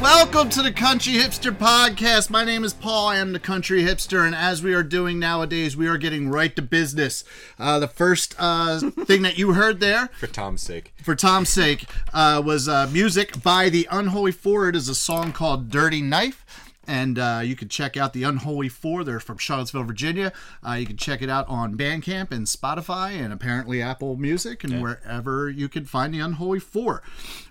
Welcome to the Country Hipster Podcast. My name is Paul. I am the Country Hipster, and as we are doing nowadays, we are getting right to business. Uh, the first uh, thing that you heard there for Tom's sake. for Tom's sake, uh, was uh, music by the Unholy Four. It is a song called "Dirty Knife." And uh, you can check out the Unholy Four. They're from Charlottesville, Virginia. Uh, you can check it out on Bandcamp and Spotify and apparently Apple Music and wherever you can find the Unholy Four.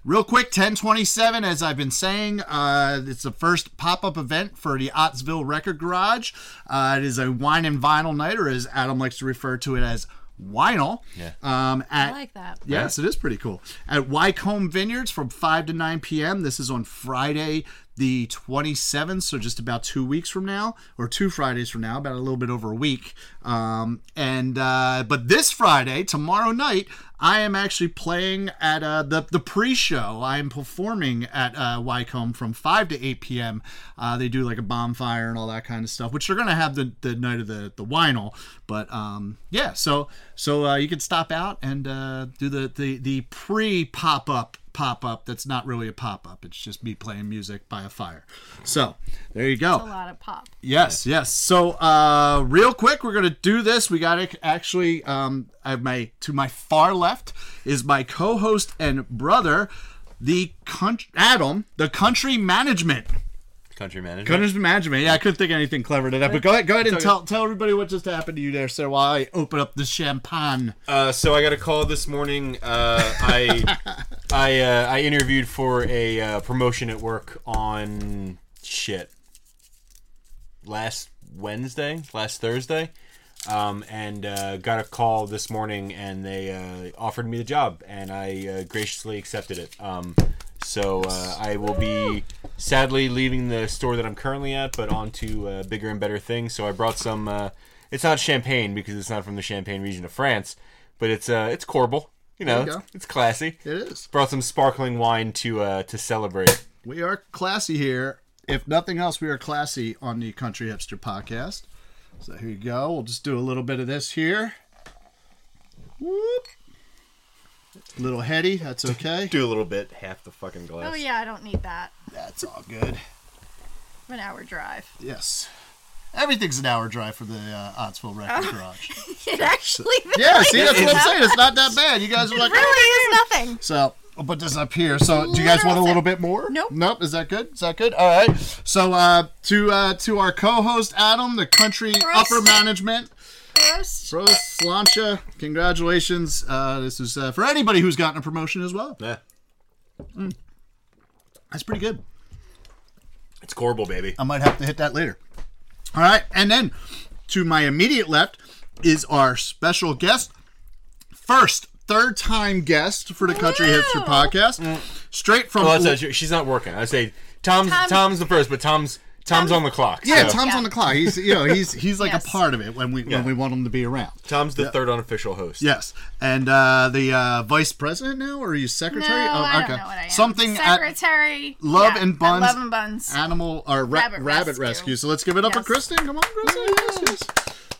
Real quick, 1027, as I've been saying, uh, it's the first pop up event for the Ottsville Record Garage. Uh, it is a wine and vinyl night, or as Adam likes to refer to it as vinyl. Yeah. Um, I at, like that. Yes, it is pretty cool. At Wycombe Vineyards from 5 to 9 p.m. This is on Friday, the 27th, so just about two weeks from now, or two Fridays from now, about a little bit over a week. Um, and uh, But this Friday, tomorrow night, I am actually playing at uh, the, the pre show. I am performing at uh, Wycombe from 5 to 8 p.m. Uh, they do like a bonfire and all that kind of stuff, which they're going to have the, the night of the, the vinyl. But um, yeah, so so uh, you can stop out and uh, do the, the, the pre pop up pop up that's not really a pop up. It's just me playing music by a fire. So there you go. A lot of pop. Yes, yes. So, uh, real quick, we're gonna do this. We got to actually. Um, I have my to my far left is my co-host and brother, the country, Adam, the country management. Country manager. Country management. Yeah, I couldn't think of anything clever to that. But go ahead, go ahead and tell tell everybody what just happened to you there, sir. While I open up the champagne. Uh, so I got a call this morning. Uh, I I uh, I interviewed for a uh, promotion at work on shit last Wednesday, last Thursday, um, and uh, got a call this morning, and they uh, offered me the job, and I uh, graciously accepted it. Um, so uh, I will be sadly leaving the store that I'm currently at, but on to uh, bigger and better things. So I brought some. Uh, it's not champagne because it's not from the Champagne region of France, but it's uh, it's Corbel. You know, you go. it's, it's classy. It is. Brought some sparkling wine to uh, to celebrate. We are classy here. If nothing else, we are classy on the Country Hipster podcast. So here you go. We'll just do a little bit of this here. Whoop. Little heady. That's okay. Do a little bit, half the fucking glass. Oh yeah, I don't need that. That's all good. I'm an hour drive. Yes. Everything's an hour drive for the uh, Ottsville Record Garage. It actually Yeah, see, that's what I'm saying. It's not that bad. You guys are like, really is nothing. So I'll put this up here. So do you guys want a little bit more? Nope. Nope. Is that good? Is that good? All right. So uh, to uh, to our co-host Adam, the country Prost. upper management. Gross. Bro, Slancha, congratulations. Uh, this is uh, for anybody who's gotten a promotion as well. Yeah. That's pretty good. It's Corbel, baby. I might have to hit that later. All right. And then to my immediate left is our special guest. First, third time guest for the Country Hipster Wow. podcast. Straight from Well, Oh, that's not true. she's not working. I say Tom's Tom- Tom's the first, but Tom's Tom's on the clock. Yeah, so Tom's Yeah. on the clock. He's you know he's he's like Yes. a part of it when we Yeah. when we want him to be around. Tom's the third unofficial host. Yes, and uh, the uh, vice president now, or are you No, secretary? Oh, I don't know what I am. Something at Secretary. Love yeah, and at Buns. Love and buns. animal or ra- rabbit, Rabbit rescue. Rescue. So let's give it up for Yes. Kristen. Come on, Kristen. Yes, yes,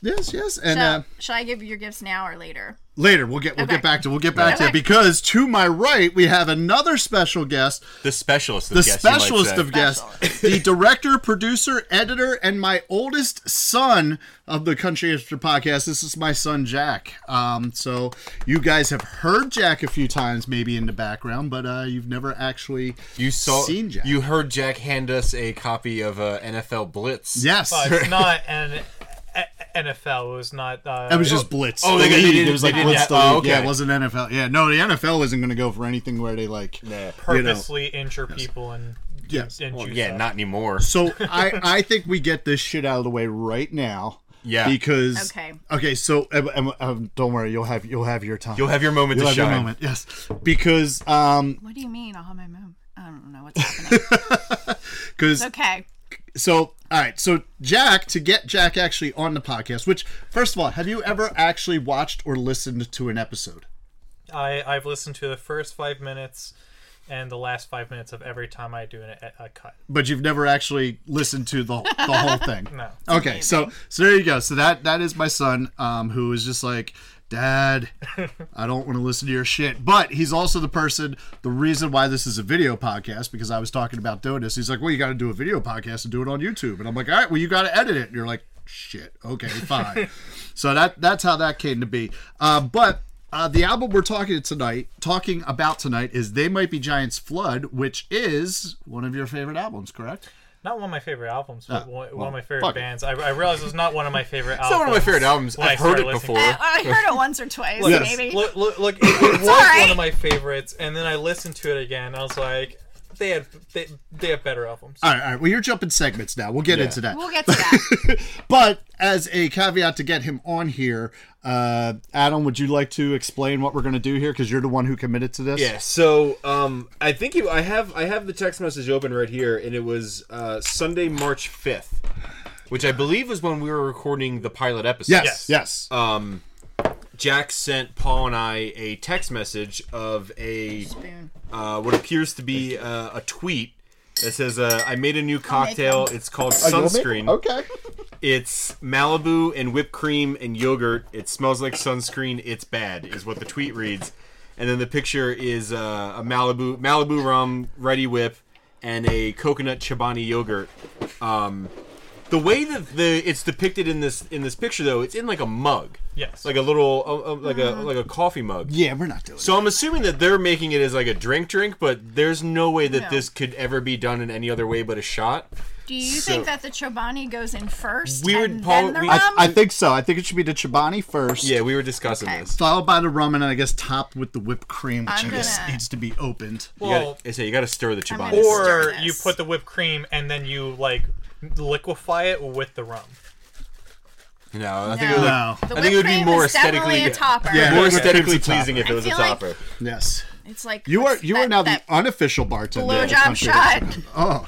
yes, yes. And so, uh, should I give you your gifts now or later? later we'll get we'll Okay. get back to we'll get back to it Okay. because to my right we have another special guest. The specialist. Of the guests, you might specialist say. of guests, the director, producer, editor, and my oldest son of the Country Hipster podcast. This is my son Jack. Um, so you guys have heard Jack a few times, maybe in the background, but uh, you've never actually You saw. seen Jack. You heard Jack hand us a copy of uh, NFL Blitz. yes, Well, it's not an a- NFL. It was not. Uh, It was just Blitz. Oh, the they got- they league. didn't- It was like they Blitz didn't- the oh, league. Yeah, it okay. wasn't NFL. Yeah, no, the NFL isn't going to go for anything where they like Nah. purposely injure people and Yes. and Well, juice yeah, up. not anymore. So I I think we get this shit out of the way right now. Yeah. Because Okay. okay. So um, um, um, don't worry. You'll have you'll have your time. You'll have your moment You'll have to shine. your moment. Yes. Because um What do you mean? I'll have my mom. I don't know what's happening. because okay. so all right. So Jack to get Jack actually on the podcast. Which first of all, have you ever actually watched or listened to an episode? I I've listened to the first five minutes and the last five minutes of every time I do an, a, a cut. But you've never actually listened to the the whole thing. No. Okay, so so there you go. So that that is my son, um, who is just like Dad, I don't want to listen to your shit. But he's also the person, the reason why this is a video podcast, because I was talking about doing this. He's like, well, you got to do a video podcast and do it on YouTube. And I'm like, all right, well, you got to edit it. And you're like, shit, okay, fine. so that that's how that came to be. Uh, but uh, the album we're talking tonight, talking about tonight, is "They Might Be Giants" Flood, which is one of your favorite albums, correct? Not one of my favorite albums, Ah, but one, one of my fuck favorite it. bands. I, I realize it's not one of my favorite albums. It's not one of my favorite albums. when I I've heard started it listening. before. Uh, I heard it once or twice, Look, maybe. Look, look, look, it, it was alright. one of my favorites, and then I listened to it again. and I was like, they had they, they have better albums. Ah, All right, all right. Well, you're jumping segments now. We'll get into that. We'll get to that. but as a caveat to get him on here, uh, Adam, would you like to explain what we're going to do here? Because you're the one who committed to this. Yeah. So um, I think you, I have I have the text message open right here, and it was uh, Sunday, March fifth, which I believe was when we were recording the pilot episode. Yes. Yes. Uh, Yes. Jack sent Paul and I a text message of a Spoon. uh, what appears to be uh, a tweet that says, uh, "I made a new cocktail. one. It's called You'll make- sunscreen. Okay. It's Malibu and whipped cream and yogurt. It smells like sunscreen. It's bad, is what the tweet reads. And then the picture is uh, a Malibu Malibu rum, ready whip, and a coconut Chobani yogurt. Um, the way that the it's depicted in this in this picture though, it's in like a mug, Yes. like a little uh, uh, like a like a coffee mug. Yeah, we're not doing. it. So I'm assuming that they're making it as like a drink drink, but there's no way that No. this could ever be done in any other way but a shot. Do you So- think that the Chobani goes in first We would and probably- then the we- rum? I- I think so. I think it should be the Chobani first. Yeah, we were discussing Okay. this. Followed by the rum, and then I guess topped with the whipped cream, which I'm I guess gonna- needs to be opened. You gotta- well, I say you got to stir the gonna Chobani. stir or Yes. you put the whipped cream and then you like liquefy it with the rum. No, I think think it it would- would, No. the I think it would be whipped more cream is definitely aesthetically a topper. Yeah. more Okay. aesthetically It's a pleasing if it I was a feel like- topper. Yes. It's like You are what's you are that- now that the unofficial bartender. of the blowjob country. shot. Oh,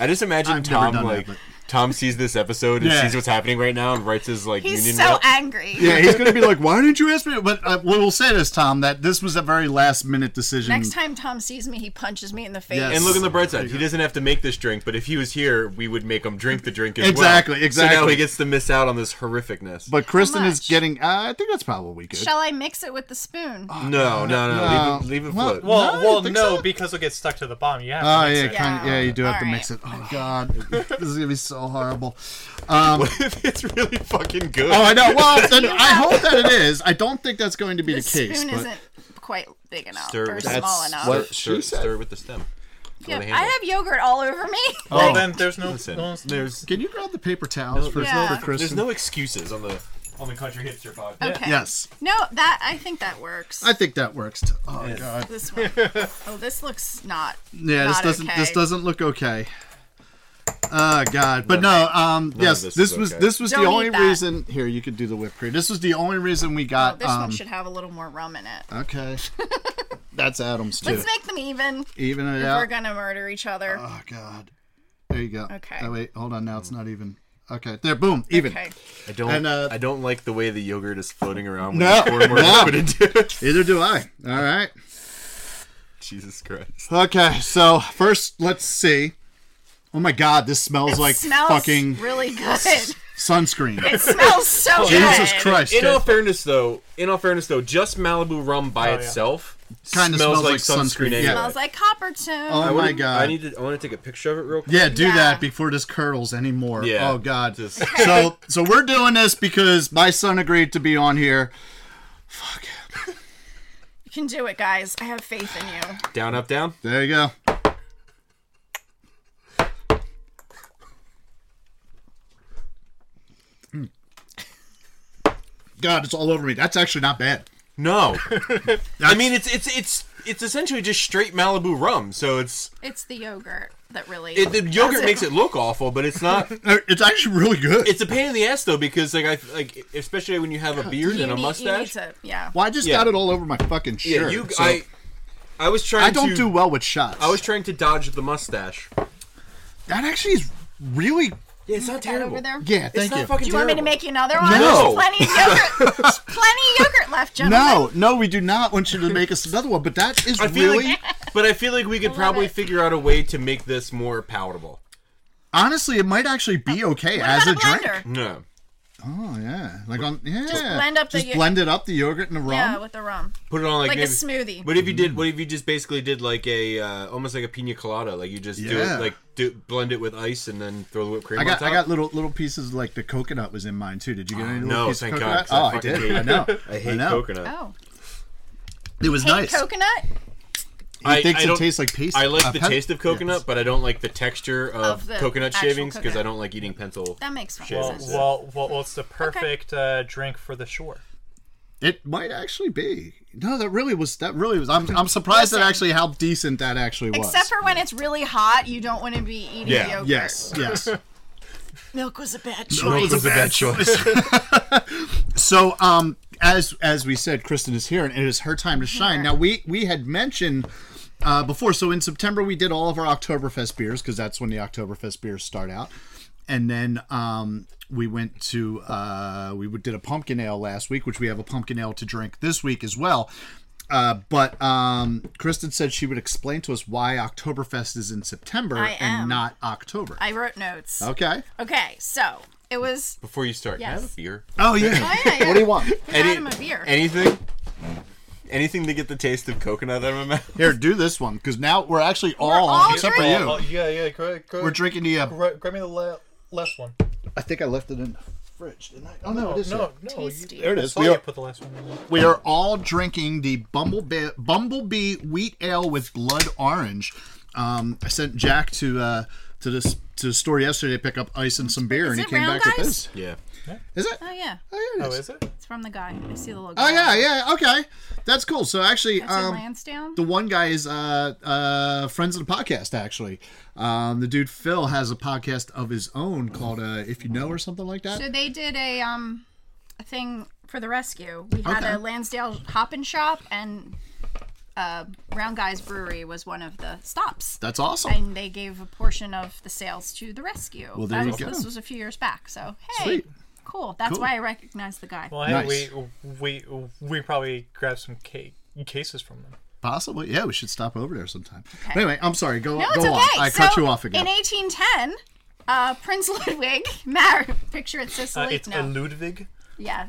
I just imagine I've never Tom done that, like but- Tom sees this episode and Yeah. sees what's happening right now and writes his like He's union so rep. angry. yeah. He's gonna be like, "Why didn't you ask me?" But uh, we will say this, Tom, that this was a very last minute decision. Next time Tom sees me, he punches me in the face. Yes. and look on the bright side. He doesn't have to make this drink, but if he was here, we would make him drink the drink as Exactly, well. So now exactly. he gets to miss out on this horrificness. But Kristen is much? getting. Uh, I think that's probably good. Shall I mix it with the spoon? Ah, no, no, no, No. Leave, it, leave it Well- float. Well, No, I well, think no, so. because it'll get stuck to the bottom. You have Oh to mix yeah, it. kind of, Yeah. yeah. You do have to Alright. mix it. Oh god, this is gonna be so horrible. Um, what if it's really fucking good? oh, I know. Well, then I hope that it is. I don't think that's going to be the, the spoon case. but isn't quite big enough Stir or with- small that's enough. what- stir, she said. stir with the stem. Yeah, the I handle. have yogurt all over me. Well, Oh. then there's no. Listen, no one's- there's can you grab the paper towels for, there's no- for Kristen? there's no excuses on the on the country hipster podcast. okay. Yes, No, that I think that works. I think that works. Too. Oh god, this one. oh, this looks not. yeah. This Not doesn't. This okay. doesn't look okay. Oh god, but no. Um, yes, this this, is was okay. this was Don't the eat only that. Oh, reason. Here, you could do the whipped cream. This was the only reason we got. this um, one should have a little more rum in it. okay, that's Adams too. Let's make them even. Even it If out. we're gonna murder each other. Oh God. There you go. Okay. Oh wait, hold on. Now it's not even. Okay. There. Boom. Even. Okay. I don't. And, uh, I don't like the way the yogurt is floating around. When No, you pour more no. liquid into it. Either do I. All right. Jesus Christ! Okay. So first, let's see. Oh my God! This smells like smells fucking really good. sunscreen. It smells so good. Jesus Christ! In all fairness, though, in all fairness, though, just Malibu rum by Oh, yeah. itself Kinda smells, smells like like sunscreen. sunscreen, anyway. yeah. Smells like copper tune. Oh, I my wanna- God. I need to. I want to take a picture of it real quick. yeah, do Yeah. that before this curdles anymore. Yeah. Oh God. Just- So so we're doing this because my son agreed to be on here. you can do it, guys. I have faith in you. Down, up, down. There you go. Mm. God, it's all over me. That's actually not bad. No, I mean it's it's it's it's essentially just straight Malibu rum. So it's It's the yogurt that really. it, the yogurt does makes it look awful, but it's not. Uh, It's actually really good. It's a pain in the ass though because like I like especially when you have a beard You and a need, You need mustache. to, yeah. well, I just Yeah. got it all over my fucking shirt. Yeah, you. so- I. I was trying. I don't to, do well with shots. I was trying to dodge the mustache. that actually is really. Yeah, it's not That over there. Yeah, thank you. Do you want me to make you another one? No. There's plenty of yogurt. there's plenty of yogurt left, gentlemen. no, no, we do not want you to make us another one. But that is I feel really, like, but I feel like we could love probably it. figure out a way to make this more palatable. honestly, it might actually be okay Uh, as What a about a blender? drink. No, Oh yeah, like on yeah. Just blend up the yo- blend it up the yogurt and the rum. Yeah, with the rum. Put it on like, Like a maybe, smoothie. What if you Mm. did? What if you just basically did like a uh, almost like a pina colada? Like you just do Yeah. it like do, blend it with ice and then throw the whipped cream I got on I top. got little little pieces like the coconut was in mine too. Did you get any little Oh, no, piece thank of God, coconut? 'cause I oh, I fucking did. hate- I know. I hate know. coconut. Oh, It was hate nice. coconut He I- thinks I it don't- tastes like paste. I like uh, the pen- taste of coconut, Yes. but I don't like the texture of, Of the coconut actual shavings because I coconut. don't like eating pencil. that makes sense. Well, Well, Jesus. well, well, well, it's the perfect uh, drink for the shore. It might actually be. No, that really was. That really was. I'm, I'm surprised at Listen. actually how decent that actually was. Except for when it's really hot, you don't want to be eating Yeah, yogurt. yes, yes. Milk was a bad Milk choice. was a bad choice. so, um, as as we said, Kristen is here, and it is her time to shine. Now, we we had mentioned uh, before. So in September, we did all of our Oktoberfest beers because that's when the Oktoberfest beers start out, and then um, we went to uh, we did a pumpkin ale last week, which we have a pumpkin ale to drink this week as well. Uh, but um, Kristen said she would explain to us why Oktoberfest is in September I and am. not October. I wrote notes. okay. Okay, so it was. Before you start, Yes. have a beer. Oh yeah. Oh, yeah, yeah. what do you want? Had him a beer. Anything? Anything to get the taste of coconut out of my mouth? Here, do this one because now we're actually all, all except for drinking. you. yeah, yeah. Go, go, We're drinking the. Uh, gra- grab me the le- last one. I think I left it in the fridge, didn't I? Oh no, it is. No, here. no. Tasty. You, There it I is. saw We you are, put the last one in there. we are all drinking the Bumblebee Bumblebee Wheat Ale with Blood Orange. Um, I sent Jack to uh, to this to the store yesterday to pick up ice and some beer, and Is he it came Round back with Guys? this. Yeah. Is it? Oh yeah, Oh, yeah, Oh, it is. is it? it's from the guy. I see the logo. Oh yeah, yeah. Okay, that's cool. So actually, It's in um, Lansdowne. the one guy is uh, uh, friends of the podcast actually um, the dude phil has a podcast of his own called uh, if you know or something like that So they did a um a thing for the rescue. We had Okay. a Lansdale hoppin' shop and uh, Round Guys Brewery was one of the stops. that's awesome and they gave a portion of the sales to the rescue. Well, there That you was- go. This was a few years back, so hey, Sweet. cool. That's Cool. why I recognized the guy. Well, hey, Nice. we we we probably grabbed some ca- cases from them. possibly yeah we should stop over there sometime But anyway i'm sorry go, no, go it's okay. on i cut So, you off again In 1810, uh, Prince Ludwig married. Picture it, Sicily. Uh, it's no. a Ludwig. Yeah.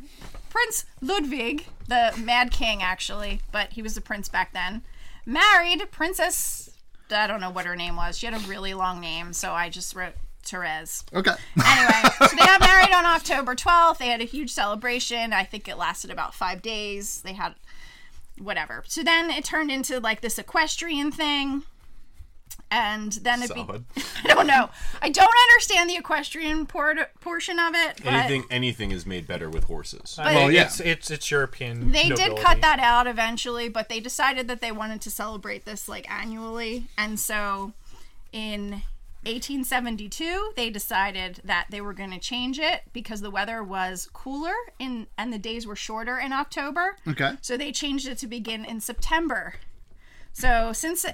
Prince Ludwig, the Mad King, actually, but he was the prince back then, married Princess. I don't know what her name was. She had a really long name, so I just wrote Therese. okay Anyway, so they got married on October 12th. They had a huge celebration. I think it lasted about five days. They had whatever. So then it turned into like this equestrian thing. And then it be- Solid. I don't know. I don't understand the equestrian por- portion of it. But Anything anything is made better with horses. I Well, mean, yeah. it's, it's it's European. They did nobility. cut that out eventually, but they decided that they wanted to celebrate this like annually. And so in 1872, they decided that they were going to change it because the weather was cooler in and the days were shorter in October. okay So they changed it to begin in September. So since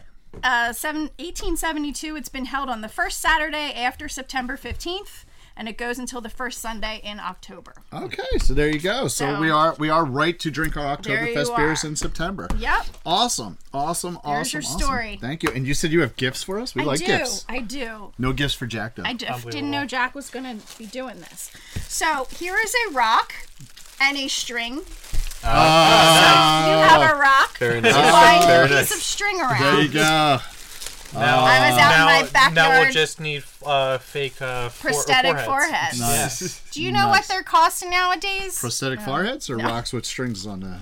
uh, seven, 1872, it's been held on the first Saturday after September 15th, and it goes until the first Sunday in October. okay so there you go so, So- we are we are right to drink our There you oktoberfest beers are. in september Yep. awesome awesome awesome There's your awesome. story. thank you and you said you have gifts for us we like I do. gifts I do. no gifts for jack though I d- didn't Unbelievable. know Jack was going to be doing this. So here is a rock and a string. Ah. so you have a rock. Fair to enough. wind Fair a enough. piece of string there you go around. Now, I was out in Uh, now, my Now we'll backyard. just need uh, fake uh, for- Prosthetic foreheads. foreheads. nice Do you know what they're costing nowadays? prosthetic foreheads or rocks with strings on the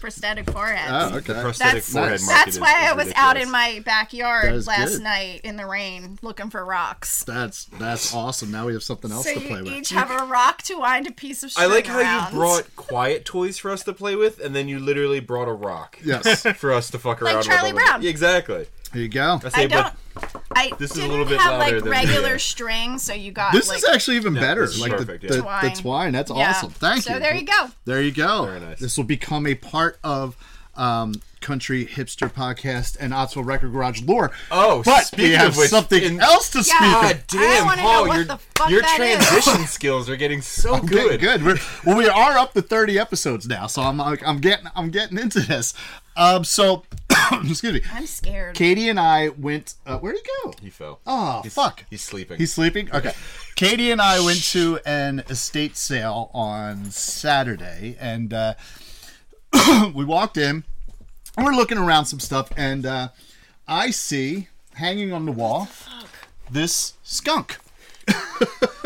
prosthetic foreheads. oh okay Prosthetic That's, forehead nice. market that's is- why is I was out in ridiculous. my That backyard is last good. night in the rain looking for rocks. That's that's awesome. Now we have something else So to play you with. each have a rock to wind a piece I of string like how around. you brought quiet toys for us to play with, and then you literally brought a rock yes, there for us to fuck Like around. with Charlie all the- Brown. Yeah, exactly. you go. I say, I but don't. I This is a didn't little bit have louder like than- regular yeah. string, so you got This like is actually even better. this is Like the, perfect, yeah. the, Twine. the twine. That's Yeah. awesome. Thank you. So there you go. There you go. Very nice. This will become a part of um, country hipster podcast and Ottsville Record Garage lore. Oh, but we speaking have of which, something in- else to speak. God of. God damn, wanna know Paul, what your, the fuck your that is. transition skills are getting so Good, good. good. We're, well, we are up to thirty episodes now, so I'm like, I'm getting I'm getting into this. Um, so Excuse me. I'm scared. Katie and I went. Uh, where'd he go? He fell. Oh, He's- fuck. He's sleeping. He's sleeping? Okay. Katie and I went to an estate sale on Saturday, and uh, we walked in. and We're looking around some stuff, and uh, I see hanging on the wall this skunk.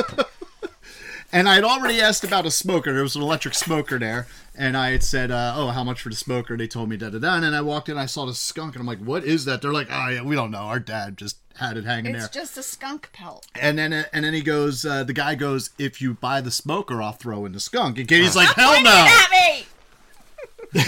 and I'd already asked about a smoker. There was an electric smoker there, and I had said, uh, "Oh, how much for the smoker?" They told me da da da. And then I walked in, I saw the skunk, and I'm like, "What is that?" They're like, "Oh yeah, we don't know. Our dad just had it hanging It's there." just a skunk pelt. And then and then he goes, uh, the guy goes, if you buy the smoker, I'll throw in the skunk. And Katie's like, hell no, At me!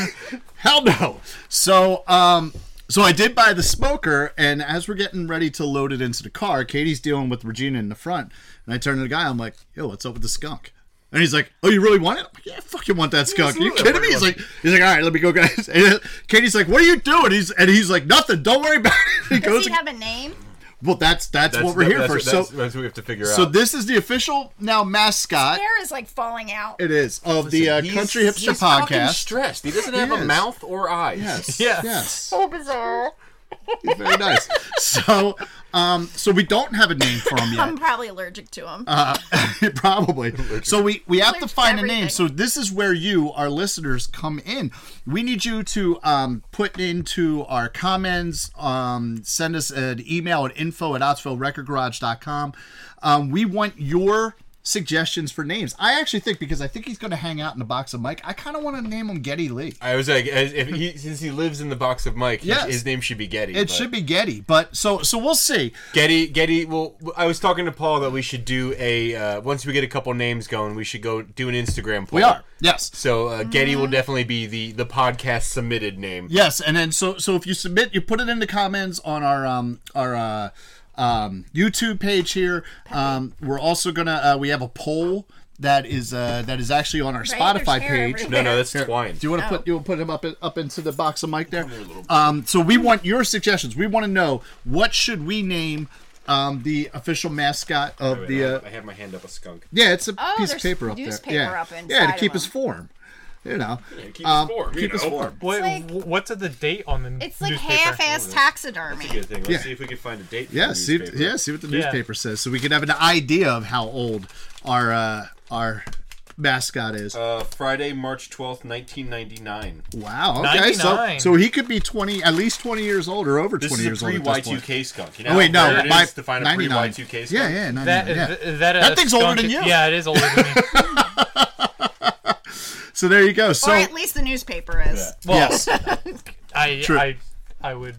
hell no. So um, so I did buy the smoker, and as we're getting ready to load it into the car, Katie's dealing with Regina in the front, and I turn to the guy, I'm like, yo, what's up with the skunk? And he's like, "Oh, you really want it? I'm like, yeah, I fucking want that skunk. Are you absolutely, kidding me?" I He's want like, "He's like, all right, let me go, guys." And Katie's like, "What are you doing?" He's and he's like, "Nothing. Don't worry about it." He Does goes, he have a name? "Well, that's that's, what we're here that's for." what- so that's, that's what we have to figure so out. this is the official now mascot. Hair is like falling out. It is of the uh, He's- Country Hipster he's fucking podcast. Stressed. He doesn't have a is. mouth or eyes. Yes, Yeah. yes, So bizarre. He's very nice. So, um, so we don't have a name for him yet, Uh, I'm probably allergic to him. Uh-huh. probably. So we we have to Allergic to find a name. everything. So this is where you, our listeners, come in. We need you to um, put into our comments. Um, send us an email at info at ottsvillerecordgarage.com. Um, we want your suggestions for names. I actually think because I think he's going to hang out in the box of Mike. I kind of want to name him Getty Lee. I was like, as if he, since he lives in the box of Mike, Yes. his, his name should be Getty. It should be Getty, but so so we'll see. Getty. Getty. Well, I was talking to Paul that we should do a uh, once we get a couple names going, we should go do an Instagram poll. We are yes, So uh, Getty will definitely be the the podcast submitted name. yes, and then so so if you submit, you put it in the comments on our um our uh, um YouTube page here. Um, we're also gonna uh, we have a poll that is uh that is actually on our there's Spotify page. hair everywhere. Oh. No, no, that's Twine. Do you want to put you want to put him up in- up into the box of Mike there? Um, so we want your suggestions. We want to know what should we name um the official mascot of the uh, I have my hand up a skunk. yeah it's a Oh, piece of there's paper up there. newspaper Yeah, up yeah, inside to of keep his him. form. You know, Keep Um, his form. keep his form. Wait, like- wh- what's the date on the it's like newspaper? half-ass taxidermy. Good thing. Let's Yeah. see if we can find a date. For Yeah, the see, newspaper. yeah, see what the Yeah. newspaper says, so we can have an idea of how old our uh, our mascot is. Uh, Friday, March twelfth, nineteen ninety nine. wow. Okay, so 99. so he could be twenty, at least twenty years old, or over This twenty is years a old pre at Y this two point. K skunk. You know Oh wait, how no, rare it by is to find a pre 99. Y two K skunk. Yeah, yeah, 99, That yeah. th- that, uh, That thing's older skunk- than you. Yeah, it is older than me. So there you go. So or at least the newspaper is. uh, Well, yes, I, True. I, I would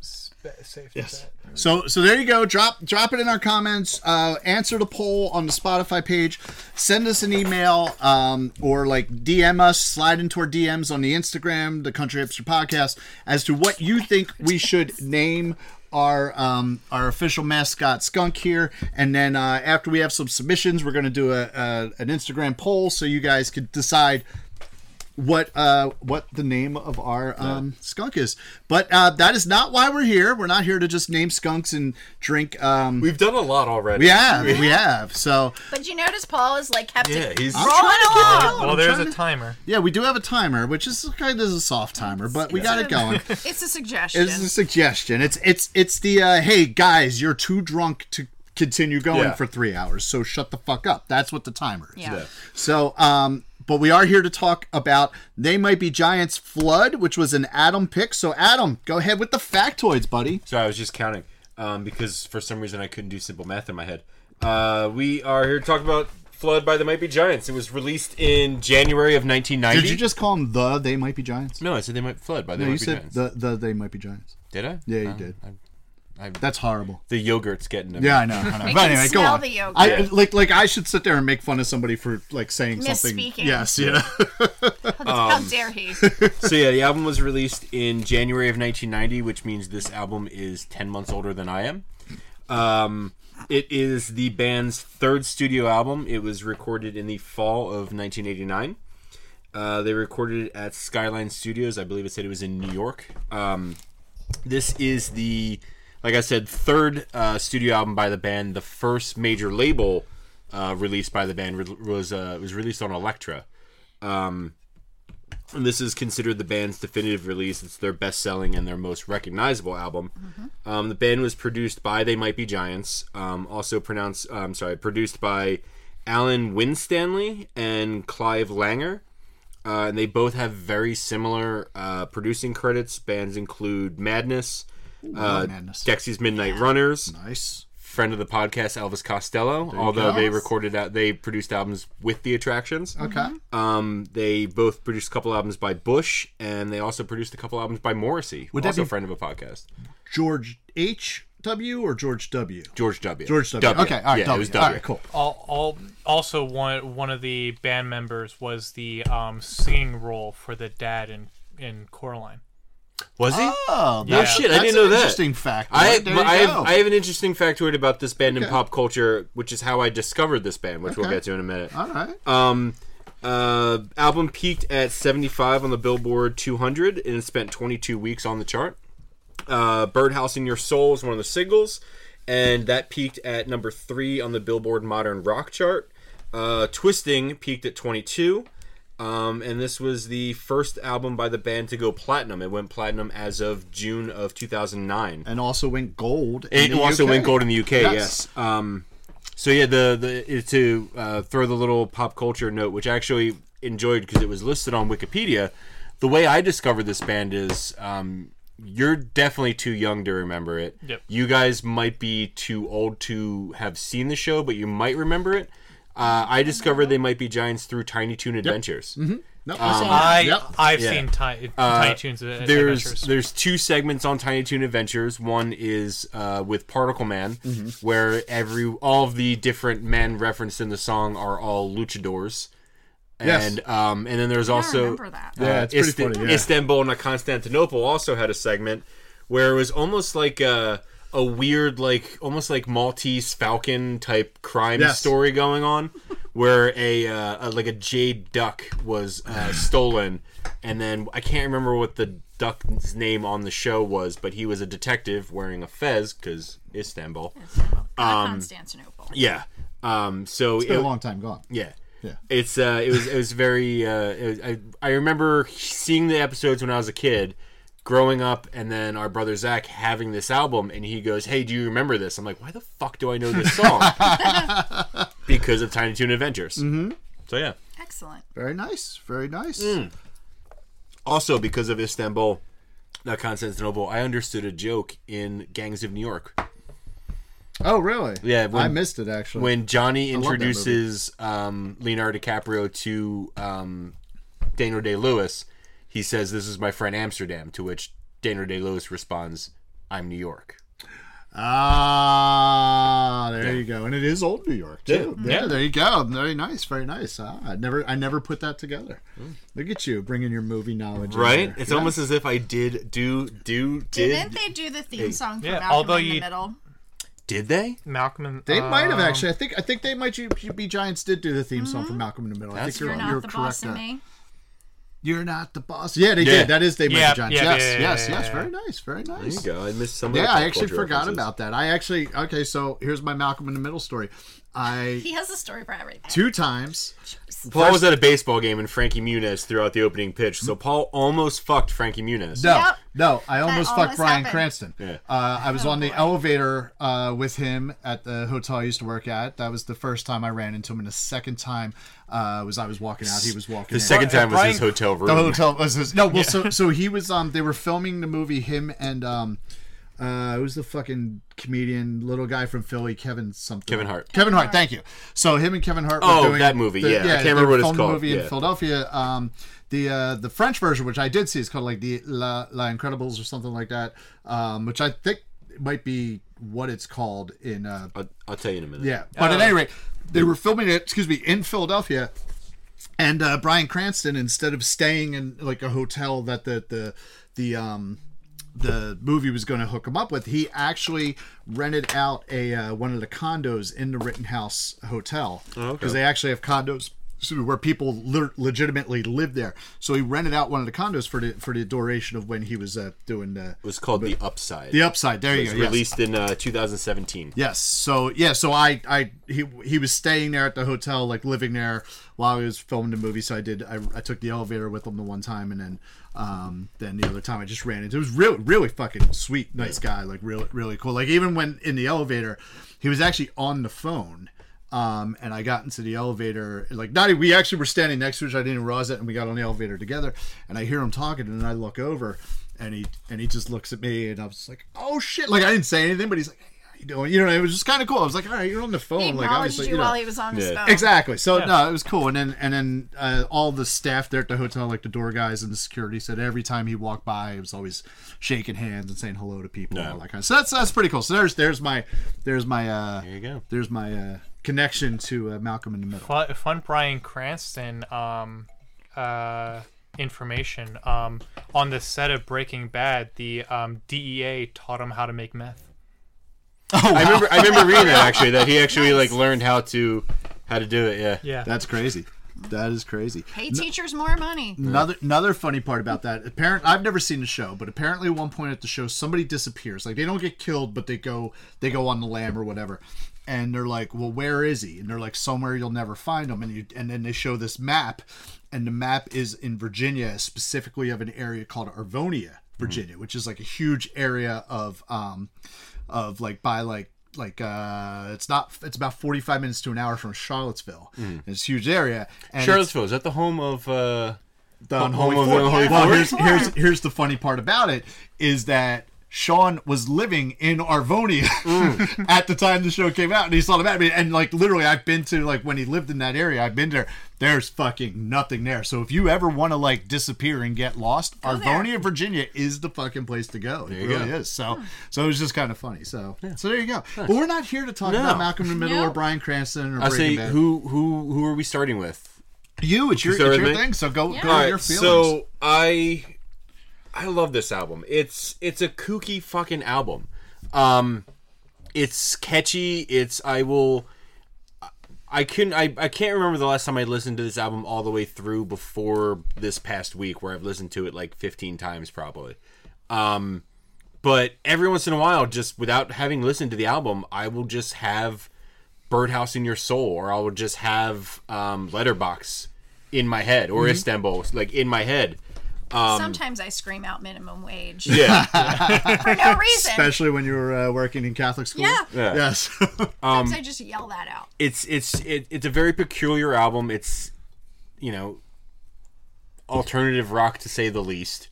spe- safe yes. So so there you go. Drop drop it in our comments. Uh, answer the poll on the Spotify page. Send us an email um, or like DM us. Slide into our DMs on the Instagram, the Country Hipster Podcast, as to what you think we should name our um, our official mascot skunk here. And then uh, after we have some submissions, we're gonna do a, a an Instagram poll so you guys could decide what uh what the name of our um skunk is but uh that is not why we're here we're not here to just name skunks and drink um we We've done a lot already. have we have so But you notice Paul is like kept Yeah, it he's rolling along. Well, there's trying a to- timer. yeah we do have a timer which is kind of a soft timer but we got it going It's a suggestion. it's a suggestion it's it's it's the uh hey guys you're too drunk to continue going Yeah. for three hours so shut the fuck up that's what the timer is yeah. So, um, but we are here to talk about They Might Be Giants Flood, which was an Adam pick. So, Adam, go ahead with the factoids, buddy. So I was just counting um, because for some reason I couldn't do simple math in my head. Uh, we are here to talk about Flood by the Might Be Giants. It was released in January of 1990. Did you just call them the They Might Be Giants? No, I said they might flood by the No, Might you Be said Giants. the, the They Might Be Giants. Did I? Yeah, you Uh, did. I- That's horrible. The yogurt's getting them. Yeah, I know. I know. I But can anyway, go smell on. the yogurt. I, Yeah. like, like I should sit there and make fun of somebody for like saying something. Misspeaking. Yes, yeah. How um, dare he? so yeah, the album was released in January of 1990, which means this album is 10 months older than I am. Um, it is the band's third studio album. It was recorded in the fall of 1989. Uh, they recorded it at Skyline Studios. I believe it said it was in New York. Um, this is the, like I said, third uh, studio album by the band. The first major label uh, released by the band re- was uh, was released on Elektra. Um, And this is considered the band's definitive release. It's their best selling and their most recognizable album. Um, the band was produced by They Might Be Giants, um, also pronounced, um, sorry, produced by Alan Winstanley and Clive Langer. Uh, and they both have very similar uh, producing credits. Bands include Madness, uh, Madness. Dexy's Midnight Runners, Nice. friend of the podcast Elvis Costello, although go. they Yes. recorded out they produced albums with the attractions. Okay. Um, they both produced a couple albums by Bush, and they also produced a couple albums by Morrissey, Would that also be- friend of a podcast. George H. W. or George W. George W. George W. Okay. All right. yeah, w. it was All W. right. Cool. All, all, also, one one of the band members was the um, singing role for the dad in in Coraline. Was he? Oh, Yeah. that's- shit, I that's didn't an know that. Interesting fact. I, right? There you I, go. have, I have an interesting factoid about this band in pop culture, which is how I discovered this band, which we'll Okay. get to in a minute. All right. Um, uh, album peaked at 75 on the Billboard 200 and it spent 22 weeks on the chart. Uh, Birdhouse in Your Soul is one of the singles, and that peaked at number three on the Billboard Modern Rock chart. Uh, Twisting peaked at 22. Um, and this was the first album by the band to go platinum. It went platinum as of June of 2009. and also went gold. in It the also UK. went gold in the UK. Yes. Yes. Um, so yeah, the the it- to uh, throw the little pop culture note, which I actually enjoyed because it was listed on Wikipedia. The way I discovered this band is um, you're definitely too young to remember it. Yep. You guys might be too old to have seen the show, but you might remember it. Uh, I discovered they might be giants through Tiny Toon Adventures. Nope, I Um, saw I that. Yep. I've Yeah. seen Tiny, Tiny Toons. Ad- there's Adventures. there's two segments on Tiny Toon Adventures. One is uh, with Particle Man, Mm-hmm. where every all of the different men referenced in the song are all luchadors. Yes. And um, and then there's I also remember that. uh, Yeah, it's pretty Istan- funny, yeah. Istanbul and Constantinople also had a segment where it was almost like a a weird like almost like Maltese Falcon type crime Yes. story going on where a, uh, a like a jade duck was uh, stolen and then I can't remember what the duck's name on the show was but he was a detective wearing a fez cuz Istanbul. um, Not Constantinople. Yeah. Um so Been it- a long time gone. yeah. Yeah. It's uh, it was it was very uh, it was, I I remember seeing the episodes when I was a kid, growing up, and then our brother Zach having this album, and he goes, "Hey, do you remember this?" I'm like, "Why the fuck do I know this song?" because of Tiny Toon Adventures. Mm-hmm. So yeah, Excellent. Very nice. Very nice. Hmm. also because of Istanbul, not Constantinople, I understood a joke in Gangs of New York. Oh, really? Yeah, when- I missed it actually. when Johnny love that movie. introduces um, Leonardo DiCaprio to um, Daniel Day Lewis, he says, "This is my friend Amsterdam." To which Daniel Day Lewis responds, "I'm New York." Ah, there you go. And it is old New York too. Yeah, Yeah. there you go. Very nice. Very nice. Ah, I never, I never put that together. Look at you bringing your movie knowledge. in Hmm. Right? there. It's Yeah. almost as if I did do do did Didn't they do the theme song for Yeah, Malcolm although in the you- Middle? did they? Malcolm and They might have um, Mm-hmm. actually. I think. I think they might. You, you be giants did do the theme song for Malcolm in the Middle. I That's think you're, You're right. not you're the correct. boss of there. me. You're not the boss. Yeah, they Yeah. did. That is they might Yeah, be giants. yeah, yes, yeah, yeah, yes, yeah, yes. yeah. Very nice. Very nice. There you go. I missed some. of the Yeah, pop I actually culture forgot references. about that. I actually okay. So here's my Malcolm in the Middle story. I He has a story for everything. two times. Paul was at a baseball game and Frankie Muniz threw out the opening pitch, so Paul almost fucked Frankie Muniz. No, Yep. no, I almost fucked almost Brian happened. Cranston. Yeah. Uh, I Oh, was on the elevator uh, with him at the hotel I used to work at. That was the first time I ran into him, and the second time uh, was I was walking out. He was walking. The in. second time was his Brian- hotel room. The hotel was his, no. Well, so so he was um. They were filming the movie. Him and um. Uh, who's the fucking comedian, little guy from Philly, Kevin something? Kevin Hart. Kevin Hart. Thank you. So him and Kevin Hart. Oh, were doing that movie, the- yeah. I can't they remember were what it's filming the called, movie in yeah. Philadelphia. Um, the uh, the French version, which I did see, is called like the La, La Incredibles or something like that. Um, which I think might be what it's called in uh, I'll, I'll tell you in a minute. yeah, but at any rate, they were filming it. Excuse me, in Philadelphia, and uh, Brian Cranston, instead of staying in like a hotel that the the the um the movie was going to hook him up with, he actually rented out a uh, one of the condos in the Rittenhouse Hotel because they actually have condos. excuse me, where people le- legitimately lived there. So he rented out one of the condos for the for the duration of when he was uh, doing the was called The Upside. the upside. There you It was go. yes. released in uh, 2017. Yes. So yeah. So I, I, he, he was staying there at the hotel, like living there while he was filming the movie. So I did. I, I took the elevator with him the one time, and then, um, then the other time I just ran into. It was really, really fucking sweet, nice guy. Like really, really cool. Like even when in the elevator, he was actually on the phone. Um, and I got into the elevator, like not we actually were standing next to each other. I didn't even realize it, and we got on the elevator together. And I hear him talking, and then I look over, and he and he just looks at me, and I was like, "Oh shit!" Like I didn't say anything, but he's like, "Hey, "How you doing?" You know, it was just kind of cool. I was like, "All right, you're on the phone." He Oh like acknowledged obviously, you, you know. while he was on his Yeah. phone. Exactly. So no, it was cool. And then and then uh, all the staff there at the hotel, like the door guys and the security, said every time he walked by, he was always shaking hands and saying hello to people and all that kind of. So that's that's pretty cool. So there's there's my there's my uh There you go. there's my uh connection to uh, Malcolm in the Middle. fun, fun Brian Cranston um, uh, information um, on the set of Breaking Bad. The um, DEA taught him how to make meth. I remember I remember reading that actually that he actually like learned how to how to do it. Yeah. Yeah, That's crazy. That is crazy. Pay teachers more money. Another another funny part about that. Apparent I've never seen the show, but apparently at one point at the show somebody disappears. Like they don't get killed, but they go they go on the lam or whatever. And they're like, "Well, where is he?" And they're like, "Somewhere you'll never find him." And you and then they show this map, and the map is in Virginia, specifically of an area called Arvonia, Virginia, which is like a huge area of um of like by like like uh it's not it's about 45 minutes to an hour from charlottesville And it's a huge area and it's- Charlottesville is that the home of uh, the Unholy Unholy Fork. Fork. Unholy Well, Fork. here's, here's here's the funny part about it is that Sean was living in Arvonia Mm. at the time the show came out, and he saw the Batman. And like literally, I've been to like when he lived in that area, I've been there. There's fucking nothing there. So if you ever want to like disappear and get lost, Arvonia, Virginia is the fucking place to go. It you really go. is. So Hmm. so it was just kind of funny. So so there you go. But we're not here to talk No. about Malcolm in the Middle No. or Brian Cranston or I Breaking say Bad. who who who are we starting with? you. It's your, You start it's with your me? thing. So go Yeah. go All with right, your feelings. so I I love this album. It's it's a kooky fucking album. Um, it's catchy. It's I will. I couldn't. I, I can't remember the last time I listened to this album all the way through before this past week, where I've listened to it like 15 times probably. Um, but every once in a while, just without having listened to the album, I will just have Birdhouse in Your Soul, or I will just have um, Letterbox in my head, or Istanbul, like in my head. Um, Sometimes I scream out minimum wage Yeah. for no reason. especially when you were uh, working in Catholic school. Yeah. Yeah. Yes. Um, Sometimes I just yell that out. it's it's it, it's a very peculiar album. It's you know alternative rock to say the least,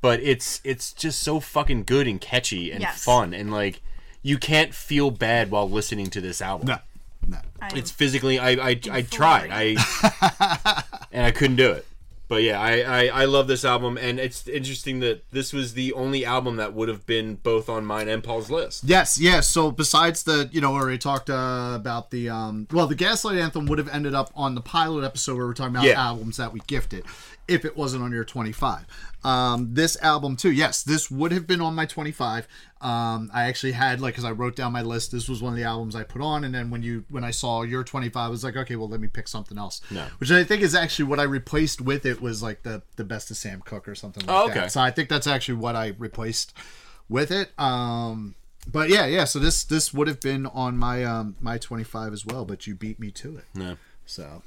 but it's it's just so fucking good and catchy and Yes. fun and like you can't feel bad while listening to this album. no. No. I am- It's physically I I, I tried I and I couldn't do it. But yeah, I, I I love this album and it's interesting that this was the only album that would have been both on mine and Paul's list. Yes, yes. So besides the, you know, where we talked uh, about the, um, well, the Gaslight Anthem would have ended up on the pilot episode where we're talking about Yeah. albums that we gifted, if it wasn't on your 25. Um, this album too, yes, this would have been on my 25. Um, I actually had like, cause I wrote down my list. This was one of the albums I put on, and then when you when I saw your 25, I was like, okay, well, let me pick something else. No. Which I think is actually what I replaced with it was like the the best of Sam Cooke or something. Like Oh, okay. That. So I think that's actually what I replaced with it. Um, but yeah, yeah. So this this would have been on my um my 25 as well, but you beat me to it. No. So,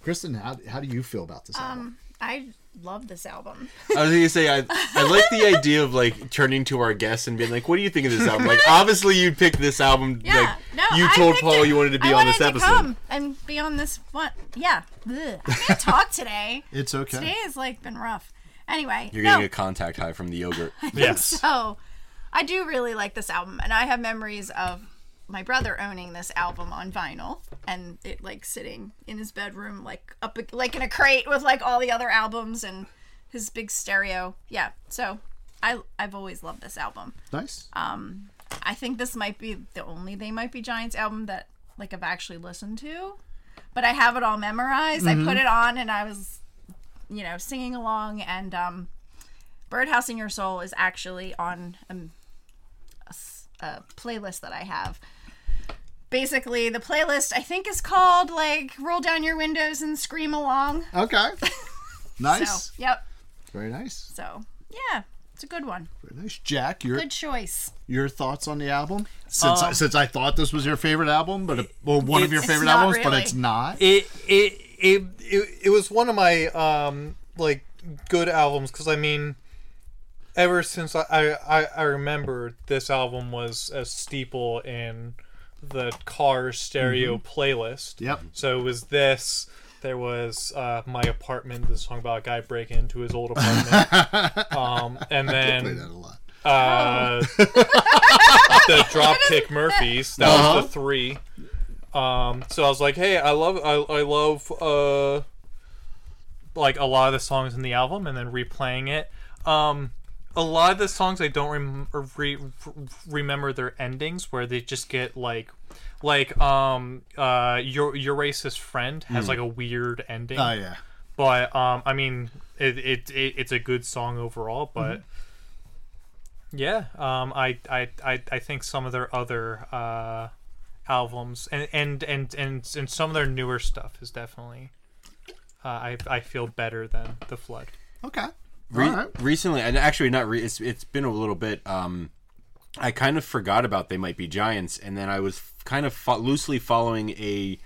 Kristen, how, how do you feel about this Um, album? I love this album. I was gonna say I, I like the idea of like turning to our guests and being like, "What do you think of this album?" Like, obviously you picked this album. Yeah. like, no, you I told picked Paul it. you wanted to be I on this wanted to episode. come and be on this one. Yeah. Ugh. I can't talk today. It's okay. Today has like been rough. Anyway, You're no. getting a contact high from the yogurt. yes. So I do really like this album, and I have memories of my brother owning this album on vinyl and it like sitting in his bedroom like up like in a crate with like all the other albums and his big stereo yeah so i i've always loved this album Nice. Uh, i think this might be the only they might be giants album that like i've actually listened to but i have it all memorized i put it on and i was you know singing along and um birdhouse in your soul is actually on um, a s- a playlist that i have basically the playlist I think is called like "Roll Down Your Windows and Scream Along." Okay. nice. So, yep. Very nice. So, yeah, it's a good one. Very nice. Jack, your Good choice. your thoughts on the album? Since I, since I thought this was your favorite album, but well, one of your It's favorite not albums, but really. it's not. it it it it, it was one of my um like good albums because I mean, ever since I, I I I remember this album was a steeple in the car stereo playlist. Mm-hmm. Yep. So it was this. There was uh, my apartment. The song about a guy breaking into his old apartment, um, and Play then that a lot. uh, the Dropkick Murphys. That Uh-huh. was the three. Um, so I was like, hey, I love, I, I love, uh, like a lot of the songs in the album, and then replaying it. Um, a lot of the songs I don't rem- or re- remember their endings, where they just get like, like um, uh, your your racist friend has like a weird ending Hmm. Oh yeah. but um i mean it, it, it it's a good song overall Mm-hmm. but yeah um I, I i i think some of their other uh albums and and and and, and some of their newer stuff is definitely uh, I, I feel better than the flood. Okay. Re- All right. Recently, and actually not. Re- it's it's been a little bit. Um, I kind of forgot about they might be giants, and then I was f- kind of fo- loosely following a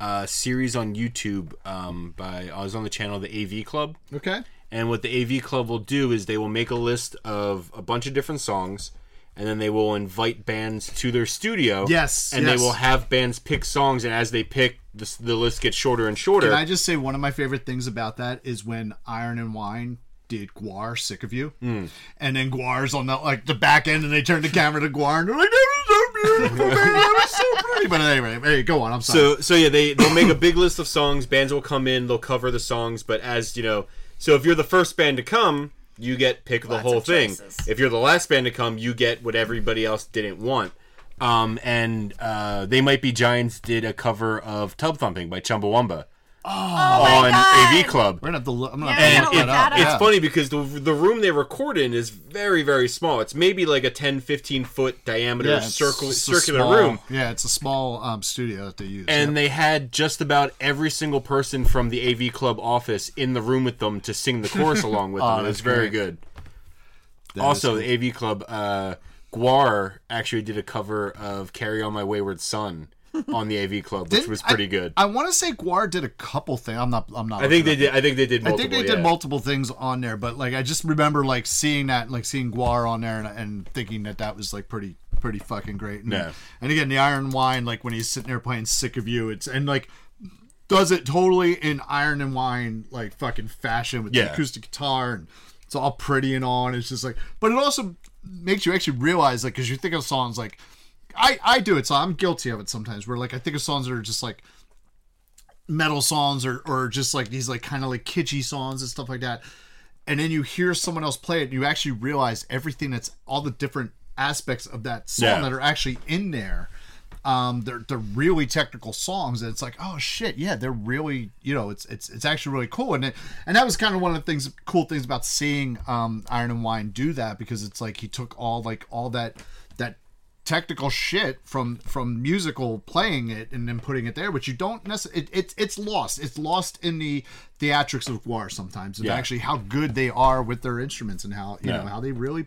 uh, series on YouTube. Um, by I was on the channel the AV Club, Okay. and what the AV Club will do is they will make a list of a bunch of different songs, and then they will invite bands to their studio. Yes, and yes. they will have bands pick songs, and as they pick, the, s- the list gets shorter and shorter. Can I just say one of my favorite things about that is when Iron and Wine did Guar Sick of You, Hmm. and then Guar's on the like the back end, and they turned the camera to Guar, and they're like, "That was so beautiful, man. That was so pretty." But anyway, hey, go on. I'm sorry. So so yeah, they they'll make a big list of songs. Bands will come in, they'll cover the songs, but as you know, so if you're the first band to come, you get pick the Lots whole of thing. choices. If you're the last band to come, you get what everybody else didn't want. Um, and uh, they might be giants did a cover of Tub Thumping by Chumbawamba Oh my on God. AV Club. We're gonna have to. Look, I'm gonna Yeah, have we're to look gonna that look up. that up. It's Yeah. funny because the, the room they record in is very very small. It's maybe like a 10 15 foot diameter Yeah, it's- circle, it's a circular small- room. Yeah, it's a small um, studio that they use. and they had just about every single person from the AV Club office in the room with them to sing the chorus along with them. It was Oh, that's very great. good. That also, is- the AV Club, uh, Guar actually did a cover of "Carry On My Wayward Son" on the AV Club, which Didn't- was I- pretty good. I, I want to say Guar did a couple things. I'm not. I'm not. think looking they up. did. I think they did. Multiple, I think they did yeah. multiple things on there, but like I just remember like seeing that, like seeing Guar on there, and, and thinking that that was like pretty, pretty fucking great. And, Yeah. and again, the Iron Wine, like when he's sitting there playing "Sick of You," it's and like does it totally in Iron and Wine like fucking fashion with Yeah. the acoustic guitar and it's all pretty and all, and it's just like, but it also makes you actually realize like because you think of songs like I I do it, so I'm guilty of it sometimes. Where like I think of songs that are just like metal songs or or just like these like kind of like kitschy songs and stuff like that and then you hear someone else play it and you actually realize everything that's all the different aspects of that song Yeah. that are actually in there um they're they're really technical songs and it's like oh shit yeah they're really you know it's it's it's actually really cool and it, and that was kind of one of the things cool things about seeing um iron and wine do that because it's like he took all like all that that technical shit from from musical playing it and then putting it there, which you don't necessarily. It, it's it's lost. It's lost in the theatrics of war sometimes, and Yeah. actually how good they are with their instruments and how you Yeah. know how they really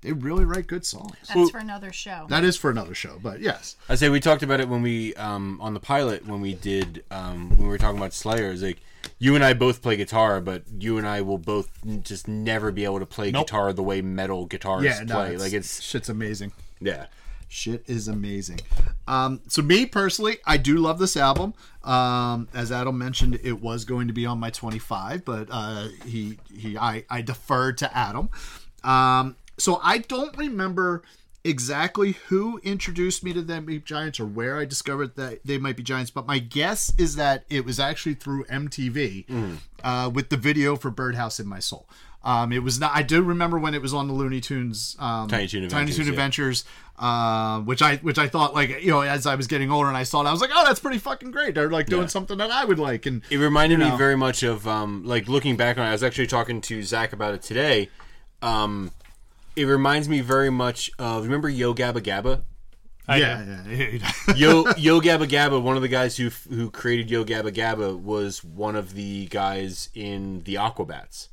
they really write good songs. That's for another show. That is for another show, but yes, I say we talked about it when we um, on the pilot when we did um, when we were talking about Slayer. It's like you and I both play guitar, but you and I will both n- just never be able to play guitar the way metal guitarists yeah, no, play. it's, like it's shit's amazing. yeah. Shit is amazing. Um, so me personally, I do love this album. Um, as Adam mentioned, it was going to be on my 25, but uh, he he I, I deferred to Adam. Um, so I don't remember exactly who introduced me to them Be giants or where I discovered that they might be giants, but my guess is that it was actually through MTV Mm. uh, with the video for Birdhouse in My Soul. Um, it was not. I do remember when it was on the Looney Tunes um, Tiny Toon Tiny Adventures, Toon yeah. Adventures, uh, which I which I thought like you know as I was getting older and I saw it, I was like, oh, that's pretty fucking great. They're like doing something that I would like, and It reminded me very much of um, like looking back on it. I was actually talking to Zach about it today. Um, it reminds me very much of remember Yo Gabba Gabba. I yeah, yeah, Yo Yo Gabba Gabba, one of the guys who who created Yo Gabba Gabba was one of the guys in the Aquabats.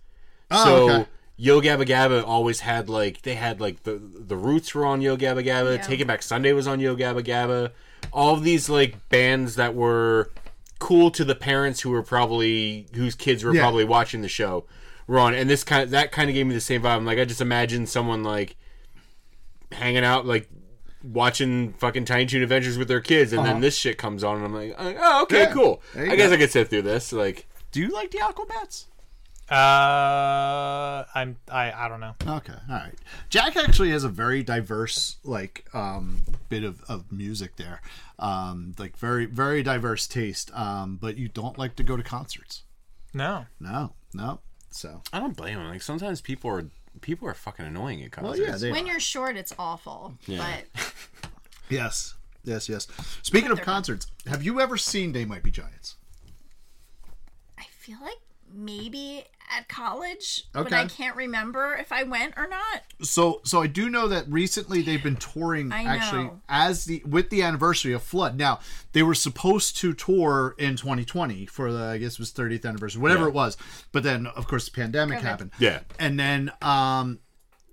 Oh, so okay. Yo Gabba Gabba always had like they had like the the Roots were on Yo Gabba Gabba, Yeah. Taking Back Sunday was on Yo Gabba Gabba. All of these like bands that were cool to the parents who were probably whose kids were Yeah. probably watching the show were on, and this kind that kind of gave me the same vibe. I'm like I just imagine someone like hanging out like watching fucking Tiny Toon Adventures with their kids, and then this shit comes on, and I'm like, oh, okay, Uh-huh. Yeah. cool. There you I guess go. I could sit through this. Like, do you like the Aquabats? Uh, I'm I I don't know. Okay, all right. Jack actually has a very diverse like um, bit of, of music there, um, like very very diverse taste. Um, but you don't like to go to concerts. No. No, no. So oh, I don't blame them. Like sometimes people are people are fucking annoying at well, concerts. yeah, they When you're short, it's awful. But yes, yes, yes. Speaking of concerts, have you ever seen They Might Be Giants? I feel like maybe at college, but Okay. I can't remember if I went or not. so so I do know that recently they've been touring I actually know. as the with the anniversary of flood. Now they were supposed to tour in 2020 for the I guess it was 30th anniversary, whatever it was. But then of course the pandemic happened. Yeah. and then um,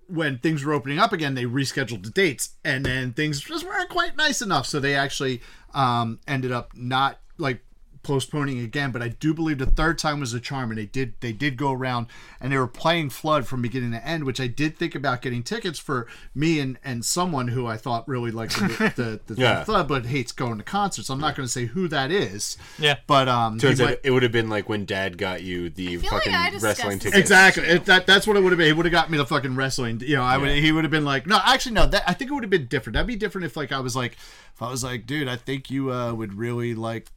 when things were opening up again, they rescheduled the dates, and then things just weren't quite nice enough, so they actually um, ended up not like postponing again. But I do believe the third time was a charm, and they did they did go around, and they were playing Flood from beginning to end, which I did think about getting tickets for me and and someone who I thought really liked the, the, the Yeah. Flood, but hates going to concerts. I'm not going to say who that is. Yeah. But um, he Turns out might- it would have been like when Dad got you the feel like fucking I discussed wrestling this ticket. Exactly. It, that, that's what it would have been. He would have got me the fucking wrestling. You know, I would. He would have been like, no, actually, no. That I think it would have been different. That'd be different if like I was like, if I was like, dude, I think you uh, would really like.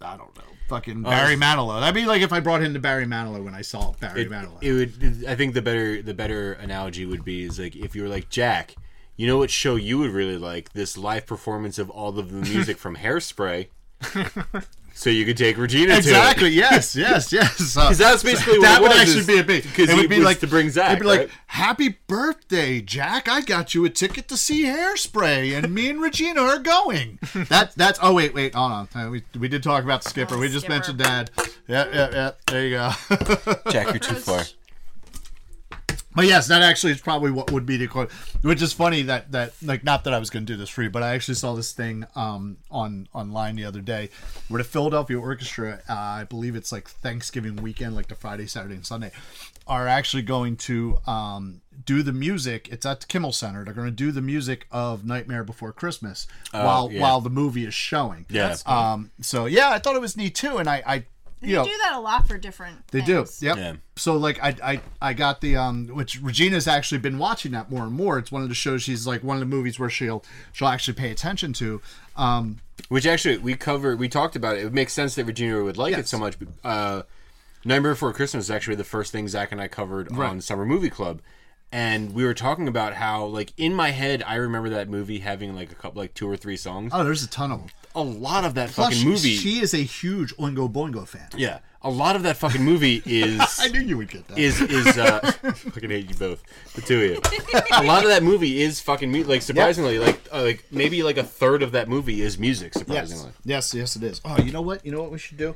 I don't know, fucking Barry Manilow. That'd be like if I brought him to Barry Manilow when I saw Barry It, Manilow. it would. I think the better the better analogy would be is like if you were like Jack, you know what show you would really like this live performance of all of the music from Hairspray, so you could take Regina to it. exactly. Yes. Yes. Yes. Uh, Because that's basically what that it would was, actually is- be a big. 'cause it he would be was like to bring Zach. It'd be like, right? "Happy birthday, Jack! I got you a ticket to see Hairspray, and me and Regina are going." That that's. Oh wait, wait, hold on. We, we did talk about the skipper. Oh, we just Skipper. mentioned Dad. Yeah, yeah, yeah. There you go. Jack, you're too far. But yes, that actually is probably what would be the quote, which is funny that that like not that I was going to do this for you, but I actually saw this thing um, on online the other day where the Philadelphia Orchestra, uh, I believe it's like Thanksgiving weekend, like the Friday, Saturday, and Sunday, are actually going to um, do the music. It's at the Kimmel Center. They're going to do the music of Nightmare Before Christmas while Oh, yeah. while the movie is showing. Yeah. That's cool. Um. So yeah, I thought it was neat too, and I, I you They know do that a lot for different. they things. do. Yep. Yeah. So like I, I I got the um which Regina's actually been watching that more and more. It's one of the shows she's like one of the movies where she'll she'll actually pay attention to. Um Which actually we covered, we talked about it. It makes sense that Regina would like it Yes. so much. but, Uh, Nightmare Before Christmas is actually the first thing Zach and I covered on Right. Summer Movie Club, and we were talking about how, like, in my head, I remember that movie having like a couple, like two or three songs. oh there's a ton of them. a lot of that Plus fucking she, movie, she is a huge Oingo Boingo fan. yeah, a lot of that fucking movie I is knew you would get that. is is uh, fucking hate you both, the two of you. a lot of that movie is fucking mu- like surprisingly, like uh, like maybe like a third of that movie is music. yes. Surprisingly, Yes, yes it is. Oh, you know what? You know what we should do?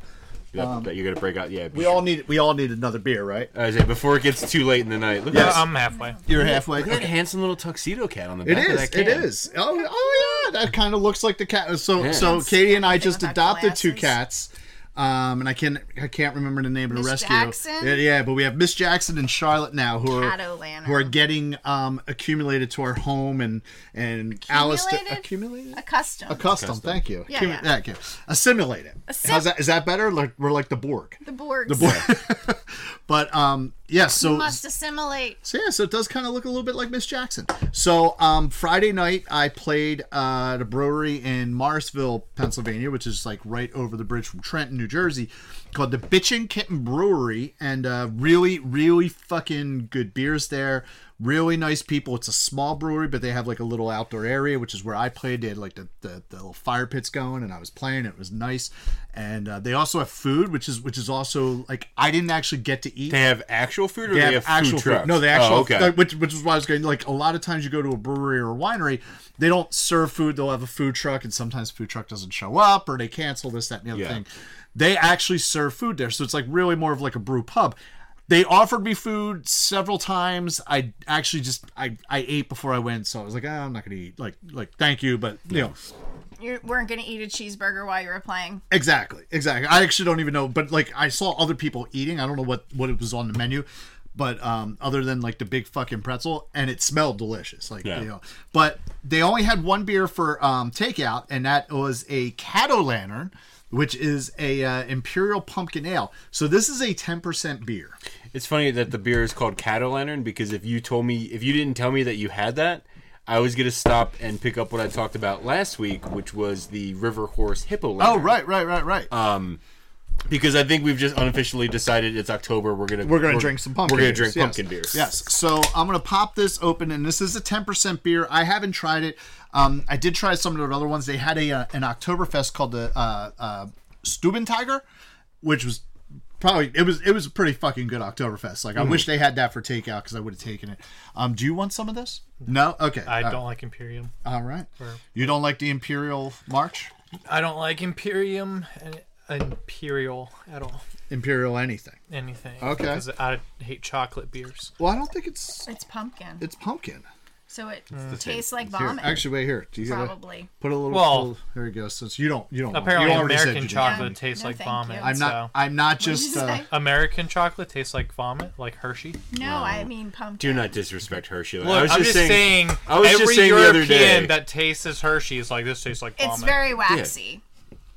that, that you're gonna break out. Yeah, Um, We all need we all need another beer, right? I say before it gets too late in the night. Look Yes. at um, that. I'm halfway. You're halfway. Look at that handsome little tuxedo cat on the It back of is. that can. It is. Oh, oh yeah. That kind of looks like the cat. So, Yeah. so Katie and I just without adopted two glasses. cats, um, and I can I can't remember the name of the Miss rescue. Jackson? Yeah, yeah, but we have Miss Jackson and Charlotte now, who are Catolanner. who are getting um, accumulated to our home, and and Alice to, Accumulated? accumulated. A custom. Custom, thank you. Yeah, Accumu- yeah. Thank you. Assimilate it. Assim- How's that? Is that better? Like we're like the Borg. the Borgs. But um, yeah. So must assimilate. so yeah, so it does kind of look a little bit like Miss Jackson. So um, Friday night, I played uh, at a brewery in Morrisville, Pennsylvania, which is like right over the bridge from Trenton, New Jersey, called the Bitchin' Kitten Brewery, and uh, really, really fucking good beers there. Really nice people. It's a small brewery, but they have like a little outdoor area, which is where I played. They had like the, the, the little fire pits going, and I was playing. It was nice, and uh, they also have food, which is which is also like I didn't actually get to eat. They have actual food, or they, have, actual food trucks? No, they actually Oh, okay. which which is why I was going like a lot of times you go to a brewery or a winery, they don't serve food. They'll have a food truck, and sometimes food truck doesn't show up, or they cancel this, that, and the other Yeah. thing. They actually serve food there, so it's like really more of like a brew pub. They offered me food several times. I actually just I, I ate before I went, so I was like, ah, I'm not gonna eat. Like like thank you, but you know. You weren't gonna eat a cheeseburger while you were playing. Exactly, exactly. I actually don't even know, but like I saw other people eating. I don't know what what it was on the menu, but um, other than like the big fucking pretzel, and it smelled delicious. Like Yeah. you know, but they only had one beer for um, takeout, and that was a Cato Lantern, which is a uh, Imperial Pumpkin Ale. So this is a ten percent beer. It's funny that the beer is called Cato Lantern because if you told me, if you didn't tell me that you had that, I was gonna stop and pick up what I talked about last week, which was the River Horse Hippo Lantern. Oh right, right, right, right. Because I think we've just unofficially decided it's October. We're gonna we're gonna drink some pumpkin. We're gonna beers, drink yes. pumpkin beers. Yes. So I'm gonna pop this open, and this is a 10% beer. I haven't tried it. Um, I did try some of their other ones. They had a uh, an Oktoberfest called the uh, uh, Stubentiger, which was probably it was it was a pretty fucking good Oktoberfest. Like I wish they had that for takeout because I would have taken it. Um, do you want some of this? No. Okay. I All don't like Imperium. right. Oh. All right. You don't like the Imperial March? I don't like Imperium and Imperial at all. Imperial anything? Anything. Okay. Because I hate chocolate beers. Well, I don't think it's It's pumpkin, it's pumpkin. so it tastes like Here, vomit. actually, wait here. Do you have a- probably. Put a little. Well- Well, here you go. Since you don't, you don't. want- Apparently, you already said American you didn't. chocolate Yeah. tastes No, like thank vomit. you. I'm not. so- I'm not What did you just. Uh, say? American chocolate tastes like vomit, like Hershey. No, I mean pumpkin. Do not disrespect Hershey. Look, I was I'm just saying. I I was every just saying the European other day. that tastes as Hershey is like this tastes like vomit. It's very waxy,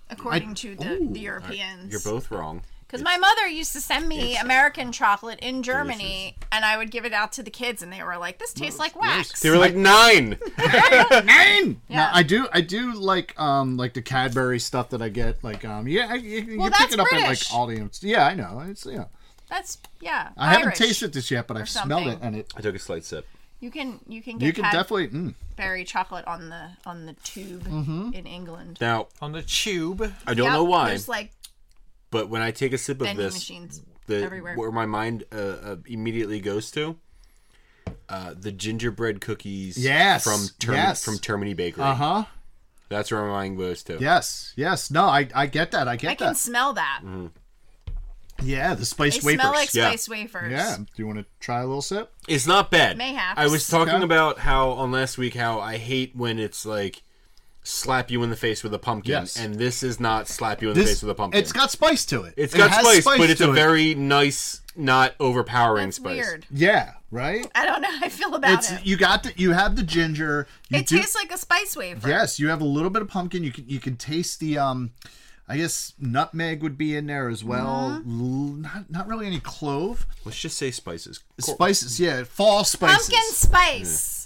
according to the, the Europeans. You're both wrong. Because my mother used to send me American chocolate in Germany, and I would give it out to the kids, and they were like, "This tastes like wax." They were like nine. uh, Nine. Yeah. Now, I do. I do like um like the Cadbury stuff that I get. Like um yeah, I, you, you Well, can pick that's it up British. at like Aldi. and- Yeah, I know. It's yeah. That's yeah. I haven't Irish. tasted this yet, but I've smelled it, something. and it. I took a slight sip. You can you can get You can definitely. Mm-hmm. Mm, Cadbury chocolate on the on the tube in England. Now on the tube. I don't Yep, know why, There's like but when I take a sip of vending this, machines the everywhere. where my mind uh, uh, immediately goes to uh, the gingerbread cookies Yes, from Term- yes. from Termini Bakery. uh huh. That's where my mind goes to. Yes. Yes. No. I. I get that. I get I can that. smell that. yeah. The They spice smell wafers. like yeah. spice wafers. yeah. Do you want to try a little sip? It's not bad. Mayhaps. I was talking Okay. about how on last week how I hate when it's like slap you in the face with a pumpkin Yes. and this is not slap you in the face with a pumpkin. It's got spice to it. it's It got has spice, but it's to a it. very nice, not overpowering That's spice. weird. Yeah. Right. I don't know how I feel about It's it. you got the you have the ginger. You It do- tastes like a spice wafer. Yes, you have a little bit of pumpkin. You can you can taste the um, I guess nutmeg would be in there as well. Mm-hmm. L- Not not really any clove Let's just say spices. spices. Yeah, fall spices. Pumpkin spice.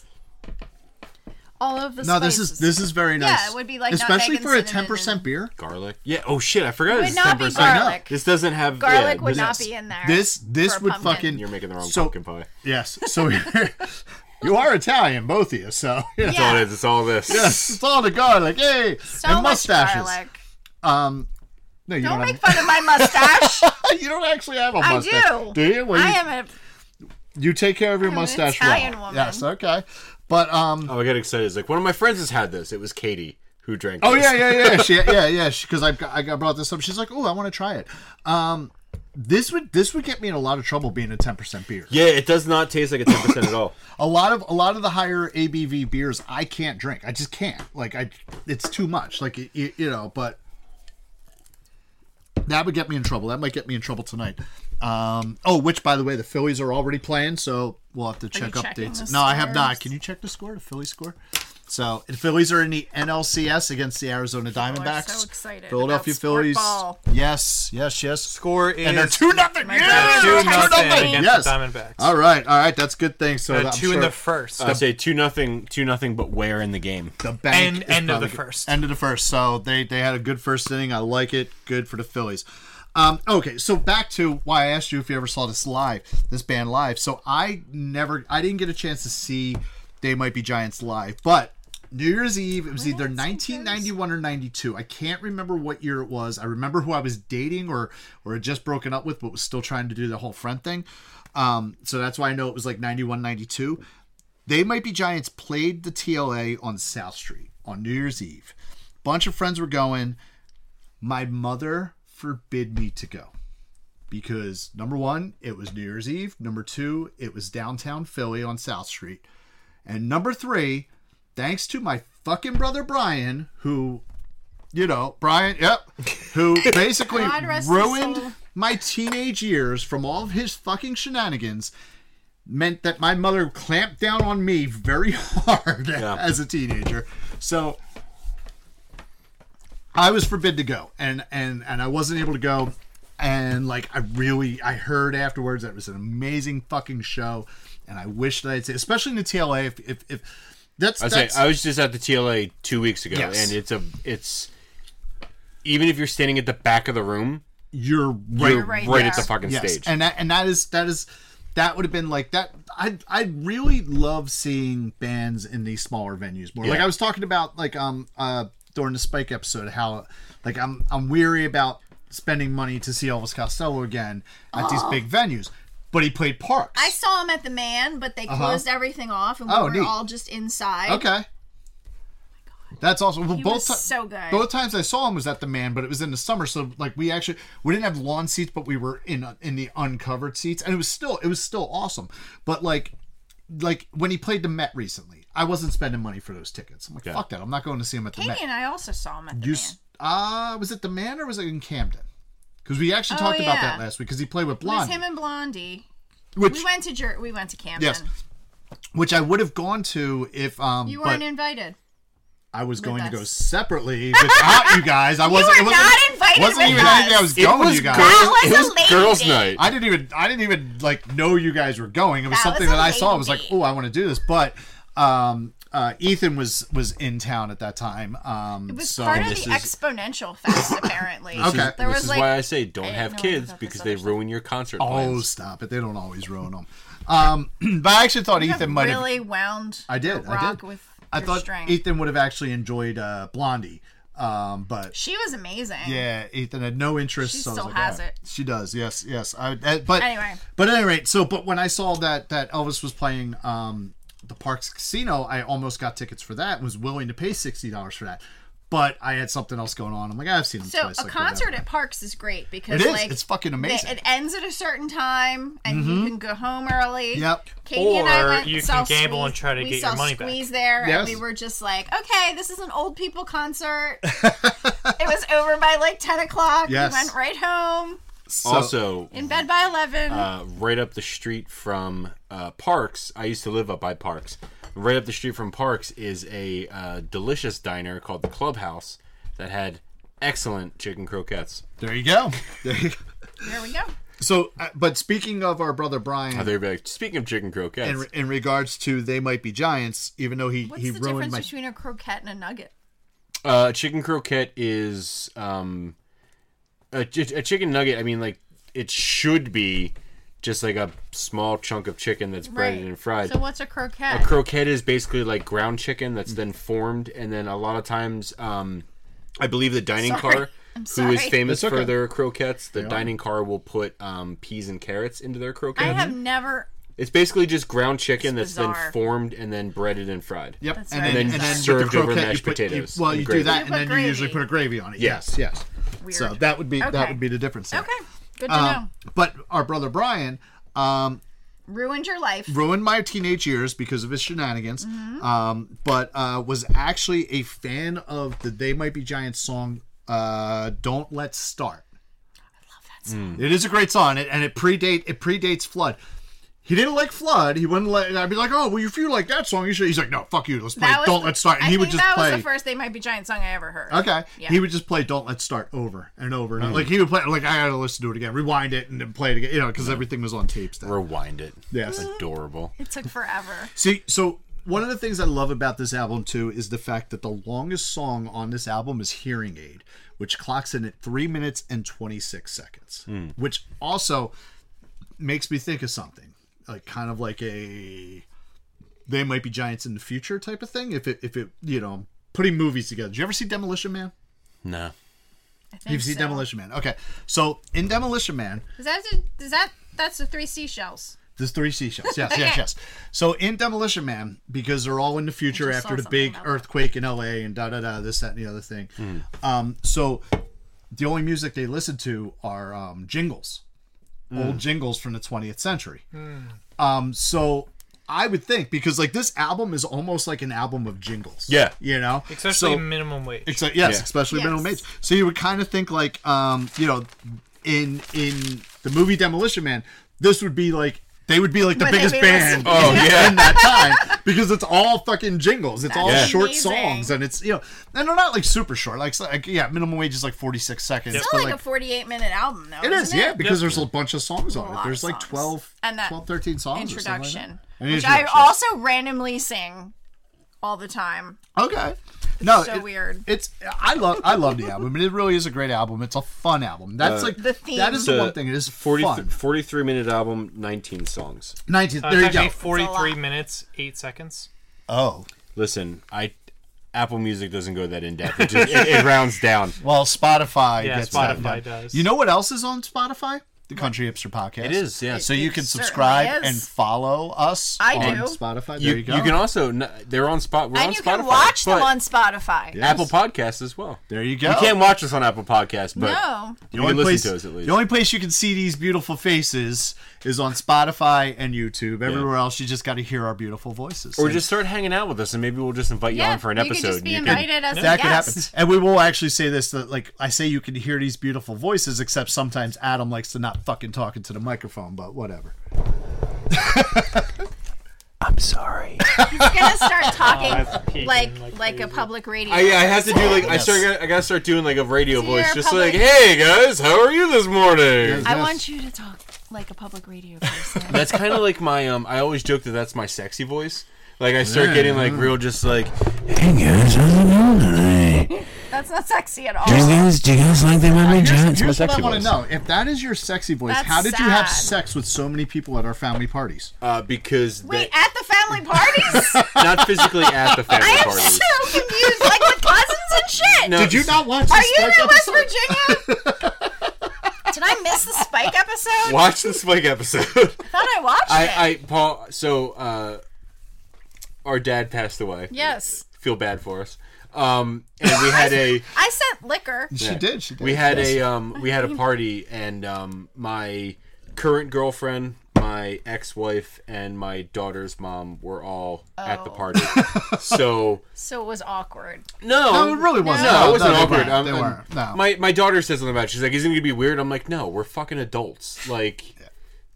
All of the No, this is this is very nice. it would be like especially nutmeg and for a cinnamon ten percent beer. Garlic. Yeah. Oh shit! I forgot. would it's not be 10%. garlic. This doesn't have Garlic yeah, would this- not be in there. This this for a would pumpkin. fucking You're making the wrong so, pumpkin pie. Yes, so you are Italian, both of you. So yeah. That's all Yeah. it is. It's all this. yes, it's all the garlic. Hey, so and much mustaches. garlic. Um, no, you Don't don't, make fun of my mustache. have, you don't actually have a I mustache. do. Do you? Well, I you- am a You take care of your I'm an mustache Italian well. woman. Yes, okay. But um Oh, I got excited. It's like one of my friends has had this. It was Katie who drank. Oh this. yeah, yeah, yeah. She, yeah, yeah, because I I got- brought this up. She's like, "Oh, I want to try it." Um this would this would get me in a lot of trouble being a 10% beer. Yeah, it does not taste like a ten percent at all. A lot of a lot of the higher ABV beers I can't drink. I just can't. Like I it's too much. Like it, it- you know, but that would get me in trouble. That might get me in trouble tonight. Um oh, which by the way, the Phillies are already playing, so we'll have to you check checking updates. No, the I have not. scores? Can you check the score? The Phillies score? So the Phillies are in the NLCS against the Arizona Diamondbacks. so excited Philadelphia about sport Phillies. ball. Yes, yes, yes. Score is And they're two nothing. My God. two Two nothing nothing. against Yes. the Diamondbacks. All right, all right. That's good thing. So Uh, I'm Uh, two in sure the first. I say two nothing, two nothing, but where in the game? the bank End- is end of probably the good. first. End of the first. So they they had a good first inning. I like it. Good for the Phillies. Um, okay, so back to why I asked you if you ever saw this live, this band live. So I never, I didn't get a chance to see They Might Be Giants live, but New Year's Eve, it was either 1991 or 92. I can't remember what year it was. I remember who I was dating or or had just broken up with, but was still trying to do the whole friend thing. Um, so that's why I know it was like 91, 92. They Might Be Giants played the TLA on South Street on New Year's Eve. Bunch of friends were going. My mother forbid me to go because number one, it was New Year's Eve. Number two, it was downtown Philly on South Street. And number three, thanks to my fucking brother Brian, who, you know, Brian, yep, who basically God rest his soul. ruined my teenage years from all of his fucking shenanigans meant that my mother clamped down on me very hard as a teenager. So I was forbid to go, and and and I wasn't able to go. And like I really, I heard afterwards that it was an amazing fucking show, and I wish that I'd say, especially in the TLA, if if, if that's I say that's I was just at the TLA two weeks ago, Yes. and it's a it's even if you're standing at the back of the room, you're right. you're right right, there. at the fucking yes, stage. and that and that is that is that would have been like that. I I really love seeing bands in these smaller venues more. Like Yeah. I was talking about like um uh during the Spike episode how like I'm I'm weary about spending money to see Elvis Costello again at these big venues, but he played Parks. I saw him at the man, but they closed everything off, and we Uh-huh. Oh, were neat. all just inside. Okay. That's also well, both was ti- so good. Both times I saw him was at the man, but it was in the summer, so like we actually we didn't have lawn seats, but we were in in the uncovered seats, and it was still it was still awesome. But like like when he played the Met recently, I wasn't spending money for those tickets. I'm like fuck that, I'm not going to see him at the Katie Met. and I also saw him at the You man. s- uh, was it the man or was it in Camden? Because we actually talked about that Oh, yeah. last week because he played with it was Blondie, him and Blondie. which We went to Jer- we went to Camden. Yes. which I would have gone to if um You but- weren't invited. I was going to go us. separately without you guys. I wasn't. were it wasn't, not invited Wasn't with even us. anything I was going with you guys. girl- That was it a was lady girls' date. night. I didn't even. I didn't even like know you guys were going. It was That something was a that I saw. I lady was like, date. oh, I want to do this. But um, uh, Ethan was was in town at that time. Um, It was so part of the this is- exponential fest, apparently. Okay. this There was is like why I say don't have know kids about this because other they ruin your concert oh, plans. stop it! They don't always ruin them. Um, but I actually thought Ethan might have. really wound. I did, a I Rock did. with I your thought string. Ethan would have actually enjoyed uh, Blondie, um, but she was amazing. Yeah, Ethan had no interest. She so I was still like, has "All right." it. She does. Yes, yes. I, uh, but Anyway. but at any rate, so but when I saw that that Elvis was playing um, the Parks Casino, I almost got tickets for that. and Was willing to pay sixty dollars for that, but I had something else going on. I'm like, I've seen him So twice. a like, whatever. concert at Parks is great because It is. like It's fucking they- amazing. Mm-hmm. it ends at a certain time and you can go home early. Yep. Katie and I Or went you and saw can gamble Squeeze- and try to we get saw your money back. Squeeze there, Yes. and we were just like, okay, this is an old people concert. it was over by like ten o'clock. Yes. We went right home So- Also, in bed by eleven. uh, right up the street from uh, Parks. I used to live up by Parks. Right up the street from Parks is a uh, delicious diner called the Clubhouse that had excellent chicken croquettes. there you go. There you go. there we go. So, uh, but speaking of our brother Brian. Oh, they're like, speaking of chicken croquettes, in, in regards to they might be giants, even though he What's he the ruined difference my between a croquette and a nugget? uh, chicken croquette is um, a, chi- a chicken nugget. I mean, like it should be just like a small chunk of chicken that's breaded and fried. So what's a croquette? A croquette is basically like ground chicken that's then formed, and then a lot of times, um, I believe the dining Sorry. car, I'm who is sorry. famous That's okay. for their croquettes, the dining car will put um, peas and carrots into their I croquette. have Mm-hmm. never. it's basically just ground chicken that's bizarre. then formed and then breaded and fried. Yep, That's and right. then, and And then then with served the over croquette, mashed you put, you- potatoes well, and you do gravy. that, You and put then you gravy. usually put a gravy on it. Yeah. Yes, yes. Weird. So that would be that Okay. would be the difference. There. Okay, Oh. good to know. Um, but our brother Brian um, Ruined your life. ruined my teenage years because of his shenanigans. Mm-hmm. Um, but uh, was actually a fan of the "They Might Be Giants" song uh, "Don't Let's Start." Mm. Mm. It is a great song, and- and it predate it predates Flood. He didn't like Flood. He wouldn't let. I'd be like, "Oh, well, if you like that song, you should." He's like, "No, fuck you. Let's play That was Don't the- Let's Start," and I he would think just that play. was the first "They Might Be Giant" song I ever heard. Okay. Yeah. He would just play "Don't Let's Start" over and over and over. like he would play like I gotta listen to it again, rewind it, and then play it again. You know, because everything was on tapes. Then. Mm-hmm. Rewind it. Yes. Adorable. It took forever. See, so one of the things I love about this album too is the fact that the longest song on this album is "Hearing Aid," which clocks in at three minutes and twenty six seconds, which also makes me think of something like kind of like a they might be giants in the future type of thing. If it if it you know putting movies together. Did you ever see Demolition Man? No. I think You've seen so. Demolition Man. Okay, so in Demolition Man, Is that, the- is that that's the three seashells? There's three seashells. Yes, yes, yes. So in Demolition Man, because they're all in the future I just after saw the something big about that. earthquake in LA and da da da, this, that, and the other thing. Um, so the only music they listen to are um, jingles, old jingles from the 20th century. Hmm. Um, so I would think, because like this album is almost like an album of jingles. Yeah. You know? Especially So- minimum Uh, wage. Except yes, Yeah. especially Yes. minimum age. So you would kind of think like, um, you know, in in the movie Demolition Man, this would be like they would be like the When they biggest made band us- Oh yeah. in that time because it's all fucking jingles. It's all That's short amazing. songs, and it's you know, and they're not like super short. Like, so- like yeah, minimum wage is like forty six seconds, It's but not like, like. a 48 minute album, though. it is, isn't yeah, because there's a bunch of songs on A it. lot There's of like songs. 12, And that 12 13 songs. or something like that. Introduction, And which I introduction. also randomly sing all the time. Okay. No, so weird. It's I love I love the album. and It really is a great album. It's a fun album. That's Uh, like The theme. That is the It's a one thing. It is 40, fun. 43 minute album, 19 songs. Nineteen. Uh, there you it's actually go. 43 lot. minutes, 8 seconds. Oh Listen, I Apple Music doesn't go that in depth. It, just, it, it rounds down. well, Spotify. Yeah, gets that Spotify done. does. You know what else is on Spotify? The Country Hipster Podcast. It is, yeah. So It- you it can certainly subscribe is. and follow us. I on do. Spotify. There you, you, you go. can also n- they're on spot. We're and on you Spotify, can watch them but on Spotify. Yeah. Apple Podcasts as well. there you go. You can't watch us on Apple Podcasts, but No. you The can only listen place, to us at least. The only place you can see these beautiful faces is on Spotify and YouTube. Everywhere else, you just got to hear our beautiful voices. or And- just start hanging out with us, and maybe we'll just invite you Yeah, on for an you could episode. just and be you can- invited as that a could happen. guest. And we will actually say this that like I say you can hear these beautiful voices, except sometimes Adam likes to not fucking talk into the microphone, but whatever. He's gonna Oh, start talking peeking like like like, a public radio. Oh, I, I have to do like I Yes. start. I gotta start doing like a radio To voice, your just public- like, "Hey guys, how are you this morning?" Yes. I want you to talk like a public radio person. That's kind of like my um. I always joke that that's my sexy voice. Like I start getting like real, just like Hey guys, how's it going today? Do you That's not sexy at all. guys, do you guys like the Mummy Here's, Giants? here's what I sexy want to voice. know: if that is your sexy voice, That's how did you have sad. sex with so many people at our family parties? uh, because Wait, they, at the family parties? not physically at the I family am parties. so confused, like with cousins and shit. No, Did you not watch? Are you in West Virginia? Did I miss the Spike episode? watch the Spike episode? I thought I watched it. I, I Paul. So uh, our dad passed away. yes, feel bad for us. Um, and we had a I sent liquor. She Yeah. did. She did. we had a um, we had a party, and um, my current girlfriend, my ex-wife, and my daughter's mom were all at the Oh. party. so So it was awkward. no, No, it really wasn't. No, it wasn't they awkward. weren't. I'm- They I'm- weren't. No. My my daughter says something about it. She's like, "Isn't it gonna be weird?" I'm like, "No, we're fucking adults. Like,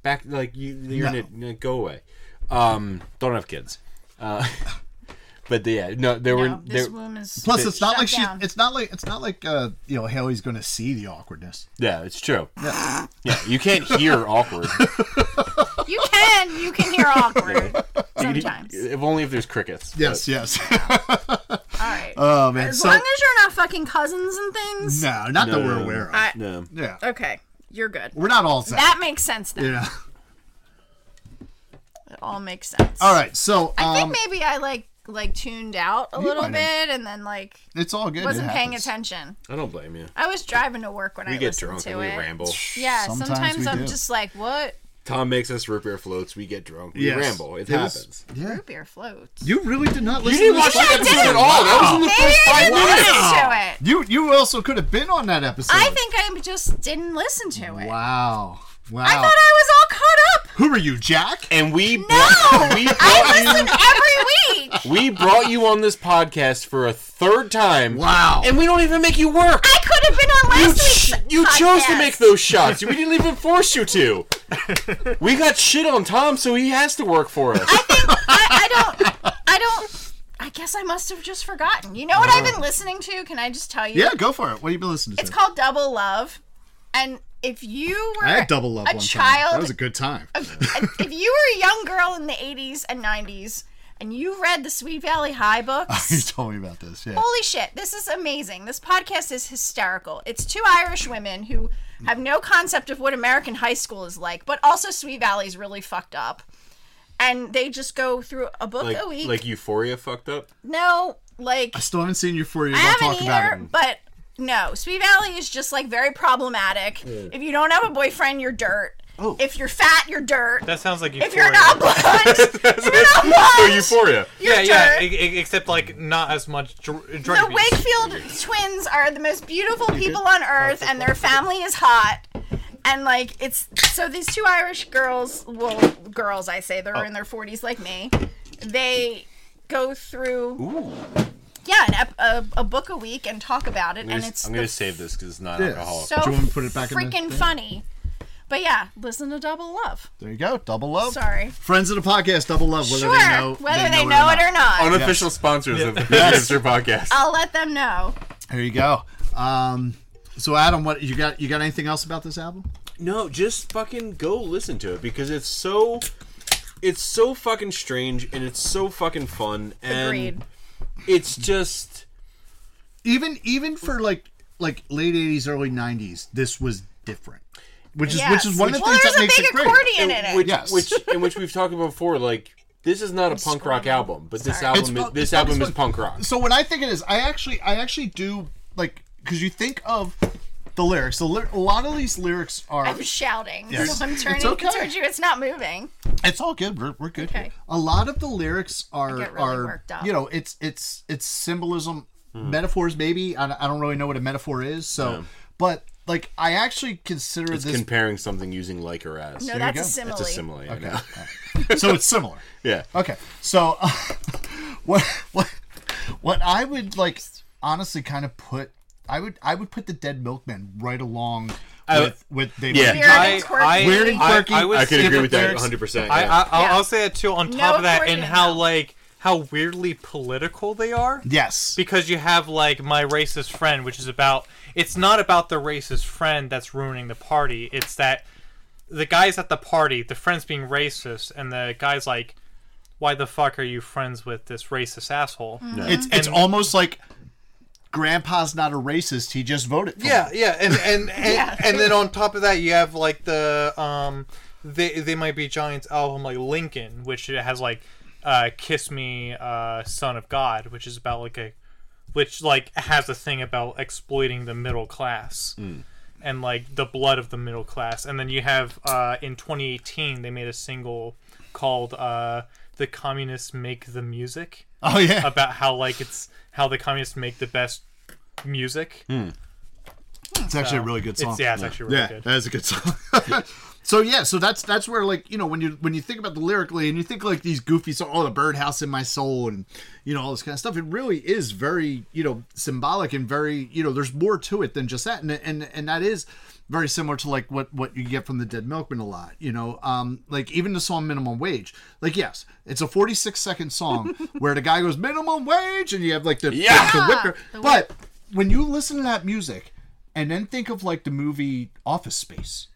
back like you, you're No. gonna, go away. Um, don't have kids." Uh, but yeah, no, there were No, this there- room is. Plus, it's not Shut like she. down. It's not like it's not like uh, you know Haley's going to see the awkwardness. Yeah, it's true. Yeah. you can't hear awkward. you can you can hear awkward sometimes. All if only if there's crickets. Yes, yes. right. oh man. as so long as you're not fucking cousins and things. no, not that No, we're no, aware of. But- No. Yeah, Okay, you're good. we're not all sex. That makes sense now. Yeah. It all makes sense. All right. So I um, think maybe I like like tuned out a little might bit and then like it's all good. It wasn't paying happens. attention. I don't blame you. I was driving to work when We I get listened drunk to and we it. ramble. Yeah, Sometimes sometimes we I'm do. just like, what? Tom makes us root beer floats. We get drunk. We Yes. ramble. It Yes. happens. Yeah. Root beer floats. You really did not You listen didn't to watch this that podcast? episode at all. That was in the Maybe first I five didn't minutes. listen to it. You you also could have been on that episode. I think I just didn't listen to it. Wow. Wow. I thought I was all caught up. Who are you, Jack? And we No, brought, we I brought, listen every week. you, we brought you on this podcast for a third time. Wow. And we don't even make you work. I could have been on You, last ch- week's you chose to podcast. make those shots. We didn't even force you to. We got shit on Tom, so he has to work for us. I think I, I don't. I don't. I guess I must have just forgotten. You know what I've been listening to? Can I just tell you? Yeah, go for it. What have you been listening to? It's called Double Love, and if you were I had double love a one time. child That was a good time. if you were a young girl in the 80s and 90s and you read the Sweet Valley High You books. told me about this. Yeah. Holy shit, this is amazing. This podcast is hysterical. It's two Irish women who have no concept of what American high school is like, but also Sweet Valley's really fucked up. And they just go through a book Like, a week. like Euphoria fucked up. no, like I still haven't seen Euphoria. I Don't talk haven't about either, it. but no, Sweet Valley is just like very problematic. If you don't have a boyfriend, you're dirt. Oh. If you're fat, you're dirt. That sounds like if Euphoria. you're not blonde, you're not So blonde. Euphoria. you're yeah, yeah, dirt. e- e- except like not as much dr- drug the abuse. Wakefield twins are the most beautiful people on earth, and their family is hot. And like it's so these two Irish girls, well, girls I say, Oh. they're in their forties like me. They go through Ooh. yeah an ep- a, a book a week and talk about it, and it's I'm gonna the save this because it's not Yeah. alcoholic. so Do you want me to put it back in the freaking thing? funny. But yeah, listen to Double Love. There you go. Double love. Sorry. Friends of the podcast. Double love. Whether sure, they know. whether they, know it or Oh, not. Unofficial sponsors of the Hipster Podcast. I'll let them know. There you go. Um, so Adam, what you got? You got anything else about this album? No, just fucking go listen to it because it's so it's so fucking strange and it's so fucking fun and Agreed. it's just Even even for like like late '80s, early '90s, this was different. Which is which is one of the well, things that there's makes a big it great. accordion in it. which, Yes. which in which we've talked about before like this is not a punk rock album, but this It's album is, fu- this it's album fucking is fun. punk rock. So what I think it is, I actually I actually do like because you think of the lyrics. The ly- a lot of these lyrics are I'm shouting, Yes. so I'm It's turning okay. towards you. It's not moving. It's all good. We're, we're good. Okay. here. A lot of the lyrics are get really are worked up. you know it's it's it's symbolism, metaphors maybe. I, I don't really know what a metaphor is. So, but like I actually consider It's this. comparing something using like or as. No, that's a go. simile. That's a simile. I know. so it's similar. Yeah. Okay. So uh, what what what I would like honestly kind of put I would I would put the Dead Milkmen right along with with they Might yeah. Be- Weird and I- quirky. I- Weird and I- quirky. I would I can say- agree with that lyrics. 100. percent I, I, I'll, Yeah. I'll say it too. On No top of that, and accordion, how though. like how weirdly political they are. Yes. Because you have like my racist friend, which is about it's not about the racist friend that's ruining the party. It's that the guys at the party, the friend's being racist, and the guy's like, "Why the fuck are you friends with this racist asshole?" It's it's almost like grandpa's not a racist, he just voted for Yeah, yeah, and and and, and then on top of that, you have like the um, they they might be giants album like Lincoln, which it has like uh, "Kiss Me, uh, Son of God," which is about like a, which like has a thing about exploiting the middle class. And like the blood of the middle class, and then you have uh, in 2018 they made a single called uh, "The Communists Make the Music," Oh yeah. about how like it's how the communists make the best music. It's actually a really good song. uh, It's, yeah, it's actually really yeah, good. that is a good song. so yeah, so that's that's where like you know when you when you think about the lyrically and you think like these goofy songs, oh the birdhouse in my soul and you know all this kind of stuff. It really is very you know symbolic and very you know there's more to it than just that, and and and that is very similar to like what what you get from the Dead Milkman a lot. You know, um, like even the song Minimum Wage. Like yes, it's a 46 second song where the guy goes minimum wage and you have like the Yeah. Ah, the whipper, but when you listen to that music and then think of like the movie Office Space.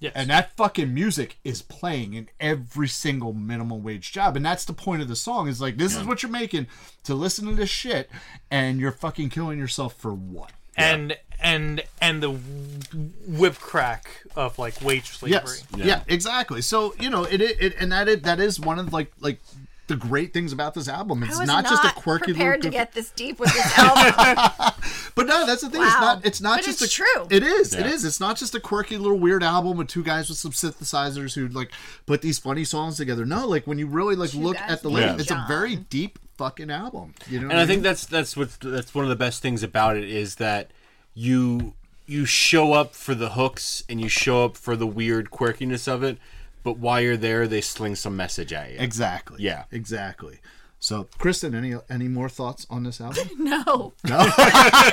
Yes. And that fucking music is playing in every single minimum wage job. And that's the point of the song is like, this is what you're making to listen to this shit, and you're fucking killing yourself for what? And and and the whip crack of like wage slavery. Yes. Yeah. exactly. So, you know, it, it, it and that it, that is one of like, like, the great things about this album I it's was not, just a quirky prepared little to get this deep with this album. But no, that's the thing. It's Wow. not. It's not But just it's a, true. It is. It is. It's not just a quirky little weird album with two guys with some synthesizers who like put these funny songs together. No, like when you really like look guys at the named lyrics, it's a John. very deep fucking album. You know. what and I mean? think that's that's what that's one of the best things about it is that you you show up for the hooks and you show up for the weird quirkiness of it, but while you're there, they sling some message at you. exactly. Yeah. Exactly. So, Kristen, any any more thoughts on this album? no, No,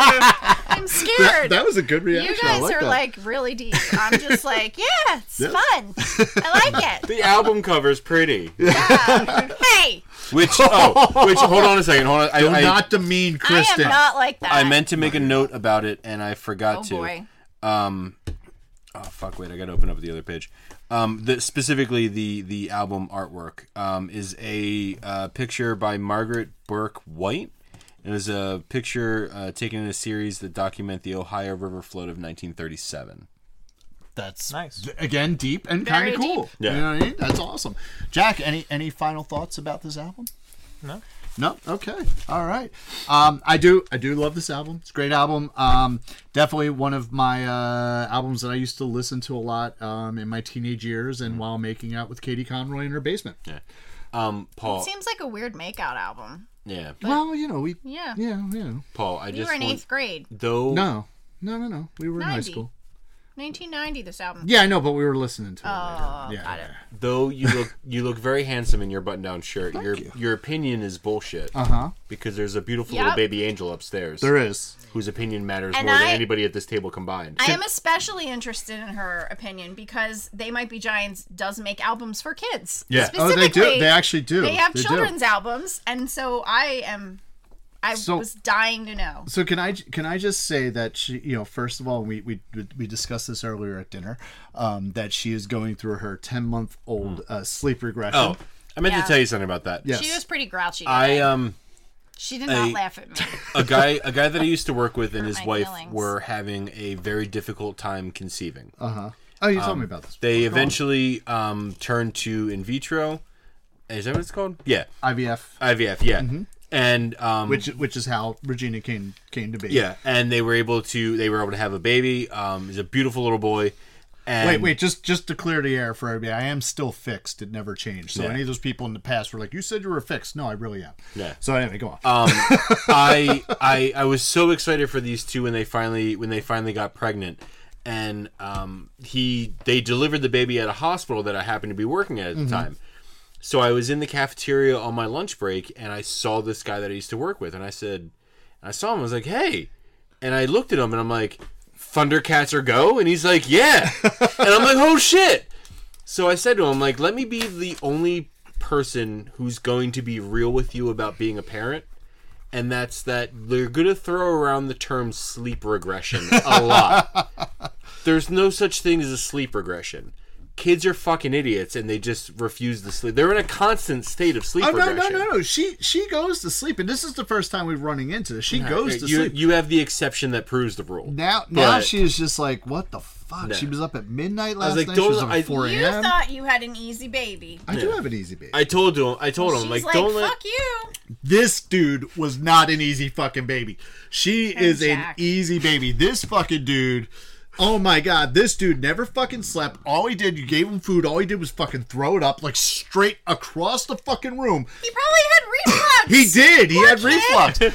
I'm scared. that was a good reaction. you I guys like are that. like really deep. I'm just like, yeah, it's fun. I like it. The album cover's pretty. Yeah. Hey, Which oh, which hold on a second, hold on. I, Do I, not demean I Kristen. am not like that. I meant to make a note about it and I forgot Oh to. boy. Um, oh fuck! Wait, I gotta open up the other page. um, the, specifically the the album artwork um, is a uh, picture by Margaret Burke White. It was a picture uh, taken in a series that document the Ohio River flood of 1937. That's Nice. th- Again, deep and kind Very of cool. deep. You know what I mean? That's awesome. Jack, any any final thoughts about this album? No. No. Okay. All right. Um, I do. I do love this album. It's a great album. Um, definitely one of my uh, albums that I used to listen to a lot um, in my teenage years, and while making out with Katie Conroy in her basement. Yeah. Um, Paul. Seems like a weird makeout album. yeah. well, you know, we. Yeah. Yeah. You know. Paul. I You just were in want- eighth grade. though. No. No. No. No. We were in high 90. school. 1990, this album. Yeah, I know, but we were listening to it. Oh, later. Yeah. got it. Though you look you look very handsome in your button down shirt. your your opinion is bullshit. Uh huh. Because there's a beautiful Yep. little baby angel upstairs There is. whose opinion matters And more than I- anybody at this table combined. I am especially interested in her opinion because They Might Be Giants does make albums for kids. Yeah. Oh, they do. Specifically, They actually do. they have do. children's albums, and so I am. I So- was dying to know. So can I can I just say that she you know first of all we we we discussed this earlier at dinner um, that she is going through her ten month old uh, sleep regression. Hmm. Oh, I meant Yeah. to tell you something about that. yes. She was pretty grouchy. I today. um she did not I- laugh at me. a guy a guy that I used to work with and his my wife feelings. were having a very difficult time conceiving. oh, you um, told me about this. they eventually um turned to in vitro. Is that what it's called? Yeah, IVF, IVF. Yeah, and Mm-hmm. um, which which is how Regina came came to be. yeah, and they were able to they were able to have a baby. Um, he's a beautiful little boy. And Wait, wait, just just to clear the air for everybody, I am still fixed. It never changed. So Yeah. any of those people in the past were like, "You said you were fixed." No, I really am. Yeah. So anyway, go on. um, I, I I was so excited for these two when they finally when they finally got pregnant, and um, he they delivered the baby at a hospital that I happened to be working at at the time. So I was in the cafeteria on my lunch break, and I saw this guy that I used to work with, and I said, I saw him, I was like, hey, and I looked at him, and I'm like, Thundercats are go, and he's like, yeah, and I'm like, oh shit. So I said to him, like, let me be the only person who's going to be real with you about being a parent and that's that they're going to throw around the term sleep regression a lot. There's no such thing as a sleep regression. Kids are fucking idiots and they just refuse to sleep. They're in a constant state of sleep Oh no regression. no no no! She she goes to sleep, and this is the first time we're running into this. She goes to You, sleep. you have the exception that proves the rule. Now, now But- she is just like, what the fuck? No. She was up at midnight last was like, night. She don't- was up I- at four you a.m. thought you had an easy baby. I do have an easy baby. I told him. I told She's him like, like, don't let. fuck you. this dude was not an easy fucking baby. She is Jack. an easy baby. This fucking dude. Oh my god, this dude never fucking slept. All he did, you gave him food. All he did was fucking throw it up like straight across the fucking room. He probably had reflux. He did. He Poor had kid.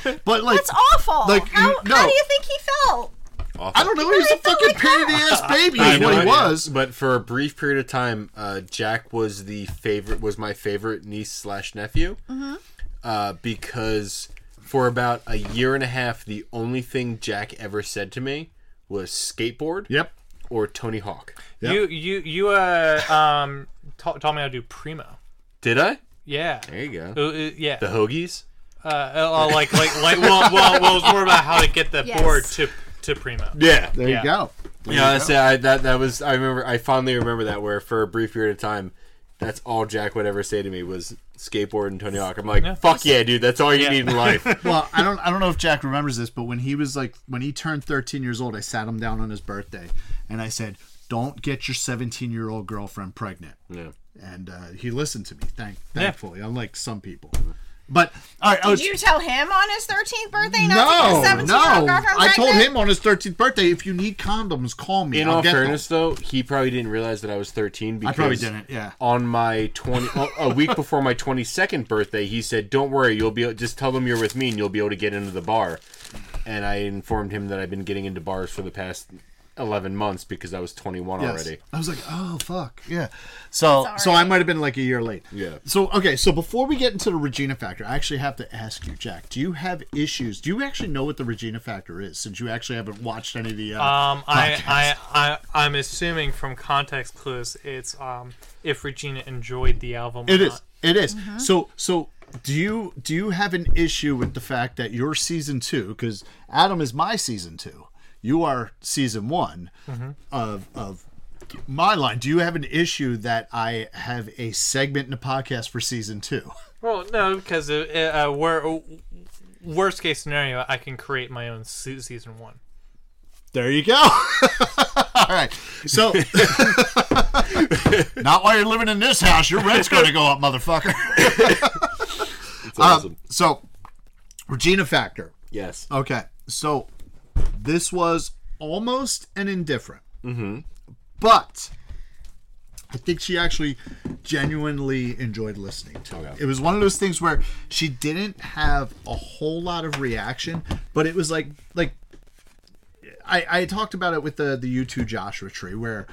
reflux. But like, That's awful. Like, how, you- no. how do you think he felt? I don't know. He was a really felt fucking like pain in the ass baby. Is what he was. But for a brief period of time, uh, Jack was the favorite. Was my favorite niece slash nephew, Mm-hmm. uh, because for about a year and a half, the only thing Jack ever said to me was skateboard. Yep. Or Tony Hawk. Yeah. You you you uh um ta- taught me how to do primo. Did I? Yeah. There you Uh, go. uh, yeah. The Hoagies. Uh, uh, like like like well well, well it was more about how to get the Yes. board to to primo. Yeah. There Yeah. you go. Yeah. I say I, that that was. I remember. I fondly remember that. Where for a brief period of time. That's all Jack would ever say to me was skateboard and Tony Hawk. I'm like, fuck yeah, dude. That's all you Yeah. need in life. well, I don't I don't know if Jack remembers this, but when he was like when he turned 13 years old, I sat him down on his birthday and I said, "Don't get your 17-year-old girlfriend pregnant." yeah. And uh, he listened to me, thank thankfully, unlike some people. But all right, I Did was, you tell him on his 13th birthday not to no, get a 17 no. year old girlfriend I told pregnant? him on his 13th birthday, if you need condoms, call me. In I'll all get them." fairness, though, he probably didn't realize that I was 13 because I probably didn't. Yeah. On my 20, a- a week before my 22nd birthday, he said, "Don't worry, you'll be just tell them you're with me, and you'll be able to get into the bar." And I informed him that I've been getting into bars for the past 11 months because I was 21 Yes. already. I was like, oh fuck, yeah. So so I might have been like a year late. Yeah. So okay, so before we get into the Regina factor, I actually have to ask you, Jack. Do you have issues? Do you actually know what the Regina factor is? Since you actually haven't watched any of the. Uh, Um, I, I, I, I'm assuming from context clues, it's um, if Regina enjoyed the album. or it is. not. It is. So so. Do you do you have an issue with the fact that your season two? Because Adam is my season two. You are season one of of My line. Do you have an issue that I have a segment in the podcast for season two? Well, no, because uh, uh, wor- worst case scenario, I can create my own se- season one. There you go. All right. So, not while you're living in this house. Your rent's going to go up, motherfucker. It's Um, awesome. So, Regina Factor. yes. Okay. So, this was almost an indifferent. Mm-hmm. But I think she actually genuinely enjoyed listening to it. Okay. It was one of those things where she didn't have a whole lot of reaction, but it was like like I, I talked about it with the the U two Joshua tree where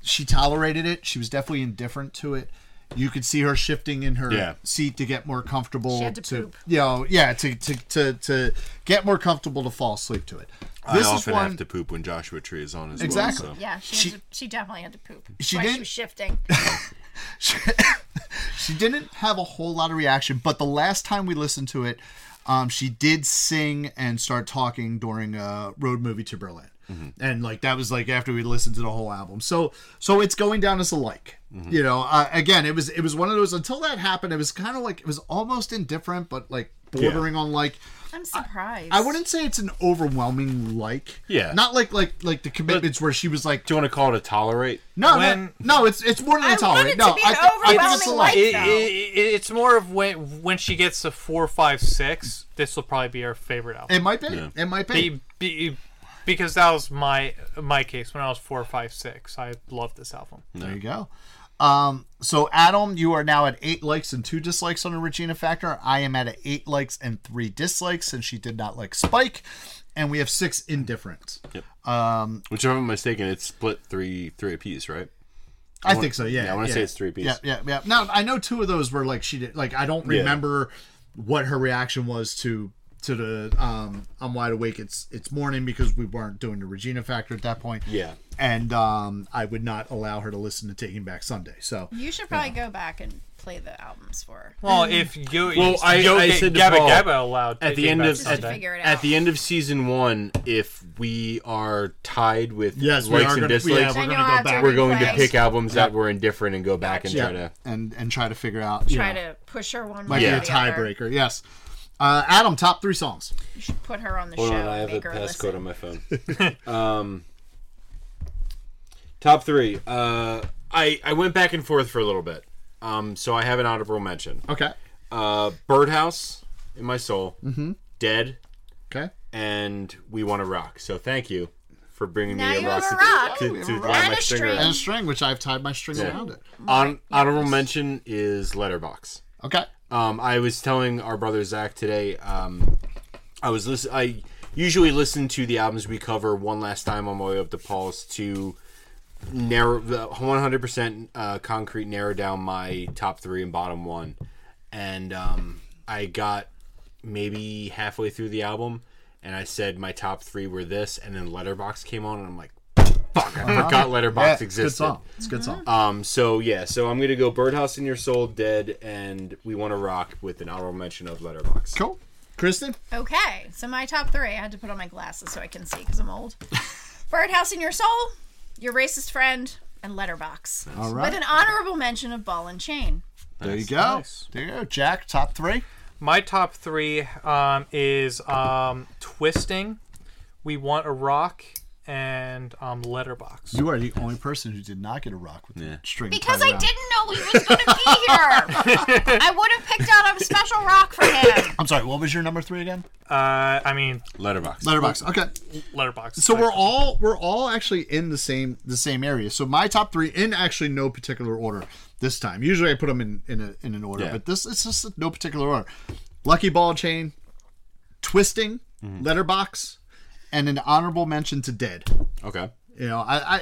she tolerated it. She was definitely indifferent to it. You could see her shifting in her Yeah. seat to get more comfortable. She had to poop. you know, yeah, to, to to to get more comfortable to fall asleep to it. I often have to poop when Joshua Tree is on as Exactly. well. so- Yeah, she She- she, had to, she definitely had to poop. She Why did- she was shifting. she, she didn't have a whole lot of reaction, but the last time we listened to it, um, she did sing and start talking during a road movie to Berlin, Mm-hmm. and like that was like after we listened to the whole album. So so it's going down as a like. Mm-hmm. You know, uh, again, it was it was one of those until that happened. It was kind of like it was almost indifferent, but like bordering on like I'm surprised. I wouldn't say it's an overwhelming like. Yeah. Not like like like the commitments where she was like Do you want to call it a tolerate? no When- no no it's it's more than I a want tolerate. it to No, be I, an thi- I think it's a overwhelming like. like. It, No. it, it, it's more of when when she gets to four, five, six. This will probably be her favorite album. It might be. It might be. Be- be- because that was my my case when I was four, five, six. I loved this album. There you go. Um, so Adam, you are now at eight likes and two dislikes on the Regina Factor. I am at eight likes and three dislikes, and she did not like Spike. And we have six indifferent. Which, if I'm not mistaken, it's split three three apiece, right? I, think so. Yeah. yeah, I wanna say it's three piece. Yeah, yeah, yeah. Now I know two of those were like she did. Like I don't remember what her reaction was to to the um I'm wide awake. It's it's morning because we weren't doing the Regina Factor at that point. Yeah. And um, I would not allow her to listen to Taking Back Sunday. So You should probably go back and play the albums for her. Well, if you Well, I- you I get said to Gabba Paul, Gabba allowed at the Taking end Back of Just at, to Sunday. figure it at out. the end of season one, if we are tied with yes, we are likes and gonna, yeah, dislikes, we're I know gonna I go have to back. we're going to Right. pick albums that were indifferent and go back and yeah. try to. and and try to figure out you Try know, to push her one might way or be the a other. tiebreaker yes uh, adam top three songs You should put her on the Hold show. on, I and have a make her listen. passcode on my phone. um, top three. Uh, I I went back and forth for a little bit, um, so I have an honorable mention. okay Uh, Birdhouse in my soul, mm-hmm. dead, okay and we want to rock. So thank you for bringing Now me you a rock have a to, rock. to, Oh, we to, have a line rock. my And a finger. string. around. and a string which i've tied my string around it Hon- honorable mention is Letterbox. okay Um, I was telling our brother Zach today. Um, I was listen. I usually listen to the albums we cover one last time on my way up to Paul's to narrow, one hundred percent uh, concrete, narrow down my top three and bottom one. And um, I got maybe halfway through the album, and I said my top three were this, and then Letterbox came on, and I'm like, fuck, I forgot Uh-huh. Yeah, Letterbox it's a good existed. song it's a good song Um, so yeah, so I'm gonna go Birdhouse in Your Soul, Dead, and We Want to Rock with an honorable mention of Letterbox. cool kristen Okay, so my top three. I had to put on my glasses so I can see because I'm old. Birdhouse in Your Soul, Your Racist Friend, and Letterbox. all right With an honorable mention of Ball and Chain. there you go Nice. there you go jack top three My top three um, is um, twisting, we want a rock, and um, letterbox. you are the only person who did not get a rock with the string Because tied I around. didn't know he was going to be here. I would have picked out a special rock for him. i'm sorry what was your number three again Uh, I mean Letterbox. letterbox okay letterbox. so we're all we're all actually in the same the same area so my top three in actually no particular order this time usually i put them in in, a, in an order Yeah. but this it's just no particular order lucky ball and chain twisting letterbox and an honorable mention to dead Okay. you know I, I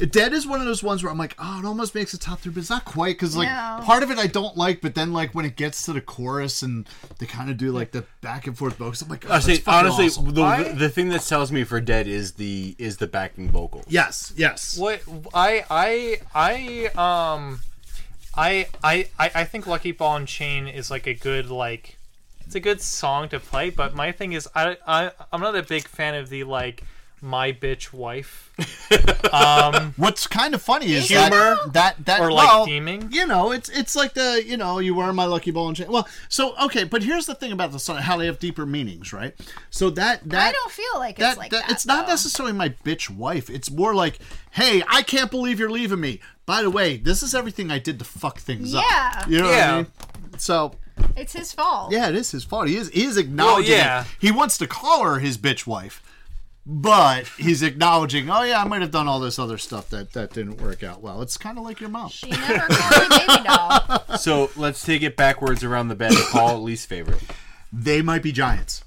i dead is one of those ones where i'm like oh it almost makes a top three but it's not quite because like No. part of it i don't like but then like when it gets to the chorus and they kind of do like the back and forth vocals i'm like oh, that's Honestly, fucking honestly awesome. the, the thing that sells me for Dead is the is the backing vocal. yes yes What I I I um I I I I think Lucky Ball and Chain is like a good like it's a good song to play, but my thing is I I I'm not a big fan of the like my bitch wife What's kind of funny is Humor? that that, that Or, like, well, theming? You know, it's it's like the you know you wear my lucky ball and chain. Well, so okay, but here's the thing about the song: how they have deeper meanings, right? So that that I don't feel like that, it's like that- that. it's not though. necessarily my bitch wife. It's more like, hey, I can't believe you're leaving me. By the way, this is everything I did to fuck things Yeah. up. You know Yeah. what I mean? So It's his fault. yeah, it is his fault. He is he is acknowledging. Well, yeah. it. He wants to call her his bitch wife, but he's acknowledging. Oh yeah, I might have done all this other stuff that that didn't work out well. It's kind of like your mom. She never called me baby doll. So let's take it backwards around the bed. Paul, least favorite. They might be giants.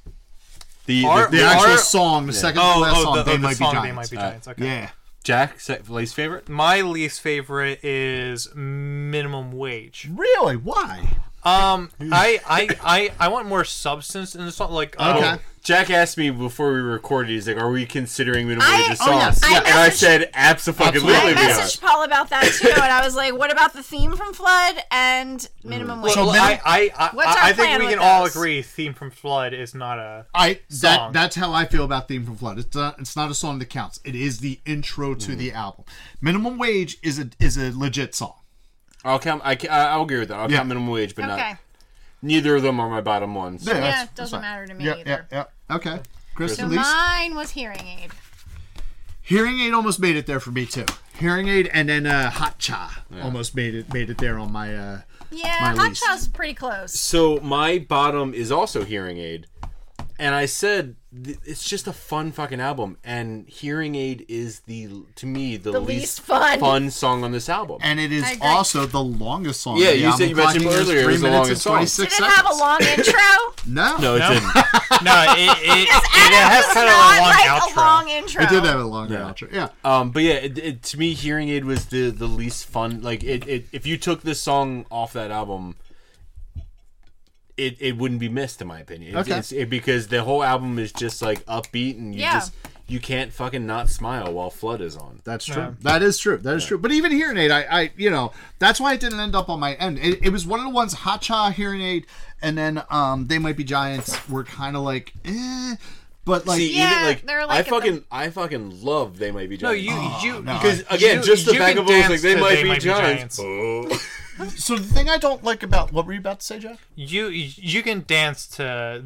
The, Are- The the- They actual are- song, the second to oh last oh, song, the, they, oh, the might song be giants. Uh, they might be giants okay Yeah. Jack se- least favorite. my least favorite is minimum wage Really? Why? um I, I i i want more substance in the song like uh, Okay. Jack asked me before we recorded. He's like, "Are we considering minimum I- wage a oh, song?" yes. I And I messaged- said, "Absolutely, Absolutely. we I are." messaged Paul about that too, and I was like, "What about the theme from Flood and minimum wage?" well, So I, I, I, What's our I think plan we with can all those? agree theme from flood is not a I that Song. that's how I feel about Theme from Flood. It's not it's not a song that counts. It is the intro to Mm-hmm. the album. Minimum Wage is a is a legit song. I'll count. I, ca- I- I'll agree with that. I'll Yeah. count minimum wage, but okay, not neither of them are my bottom ones. So. that's- yeah, it that's fine. doesn't matter to me Yeah, yeah, either. yeah. Okay. So Kristen Lees. mine was hearing aid. Hearing Aid almost made it there for me too. Hearing Aid and then uh, Hot Cha almost made it made it there on my uh Yeah, My Hot least. Shot's pretty close. So my bottom is also hearing aid, and I said th- it's just a fun fucking album, and hearing aid is the to me the, The least fun. song on this album. and it is I agree. also the longest song. Yeah, on the you said album, you mentioned clocking in earlier it Three was the minutes longest and song. twenty Did six it seconds. have a long intro? no, no, it No. didn't. no it, it, it, Adam has does kind of not a long like outro a long intro. it did have a longer Yeah. outro. Yeah, Um, but yeah, it, it, to me, hearing aid was the the least fun. Like, it, it if you took this song off that album, it, it wouldn't be missed, in my opinion. It's- Okay. it's- it- because the whole album is just like upbeat, and you Yeah. just you can't fucking not smile while Flood is on. That's true. That is true. That is true. But even hearing aid, I, I, you know, that's why it didn't end up on my end. It, it was one of the ones, Hot Cha hearing aid, and then um, they might be giants. Were kind of like, eh, but like, See, Yeah, even like, they're I like at the- fucking I fucking love they might be no giants. you Oh, you because again, you- just the you back can of it was like dance they to might They be Might Be giants. Giants. Oh. so the thing I don't like about what were you about to say, Jack? you you can dance to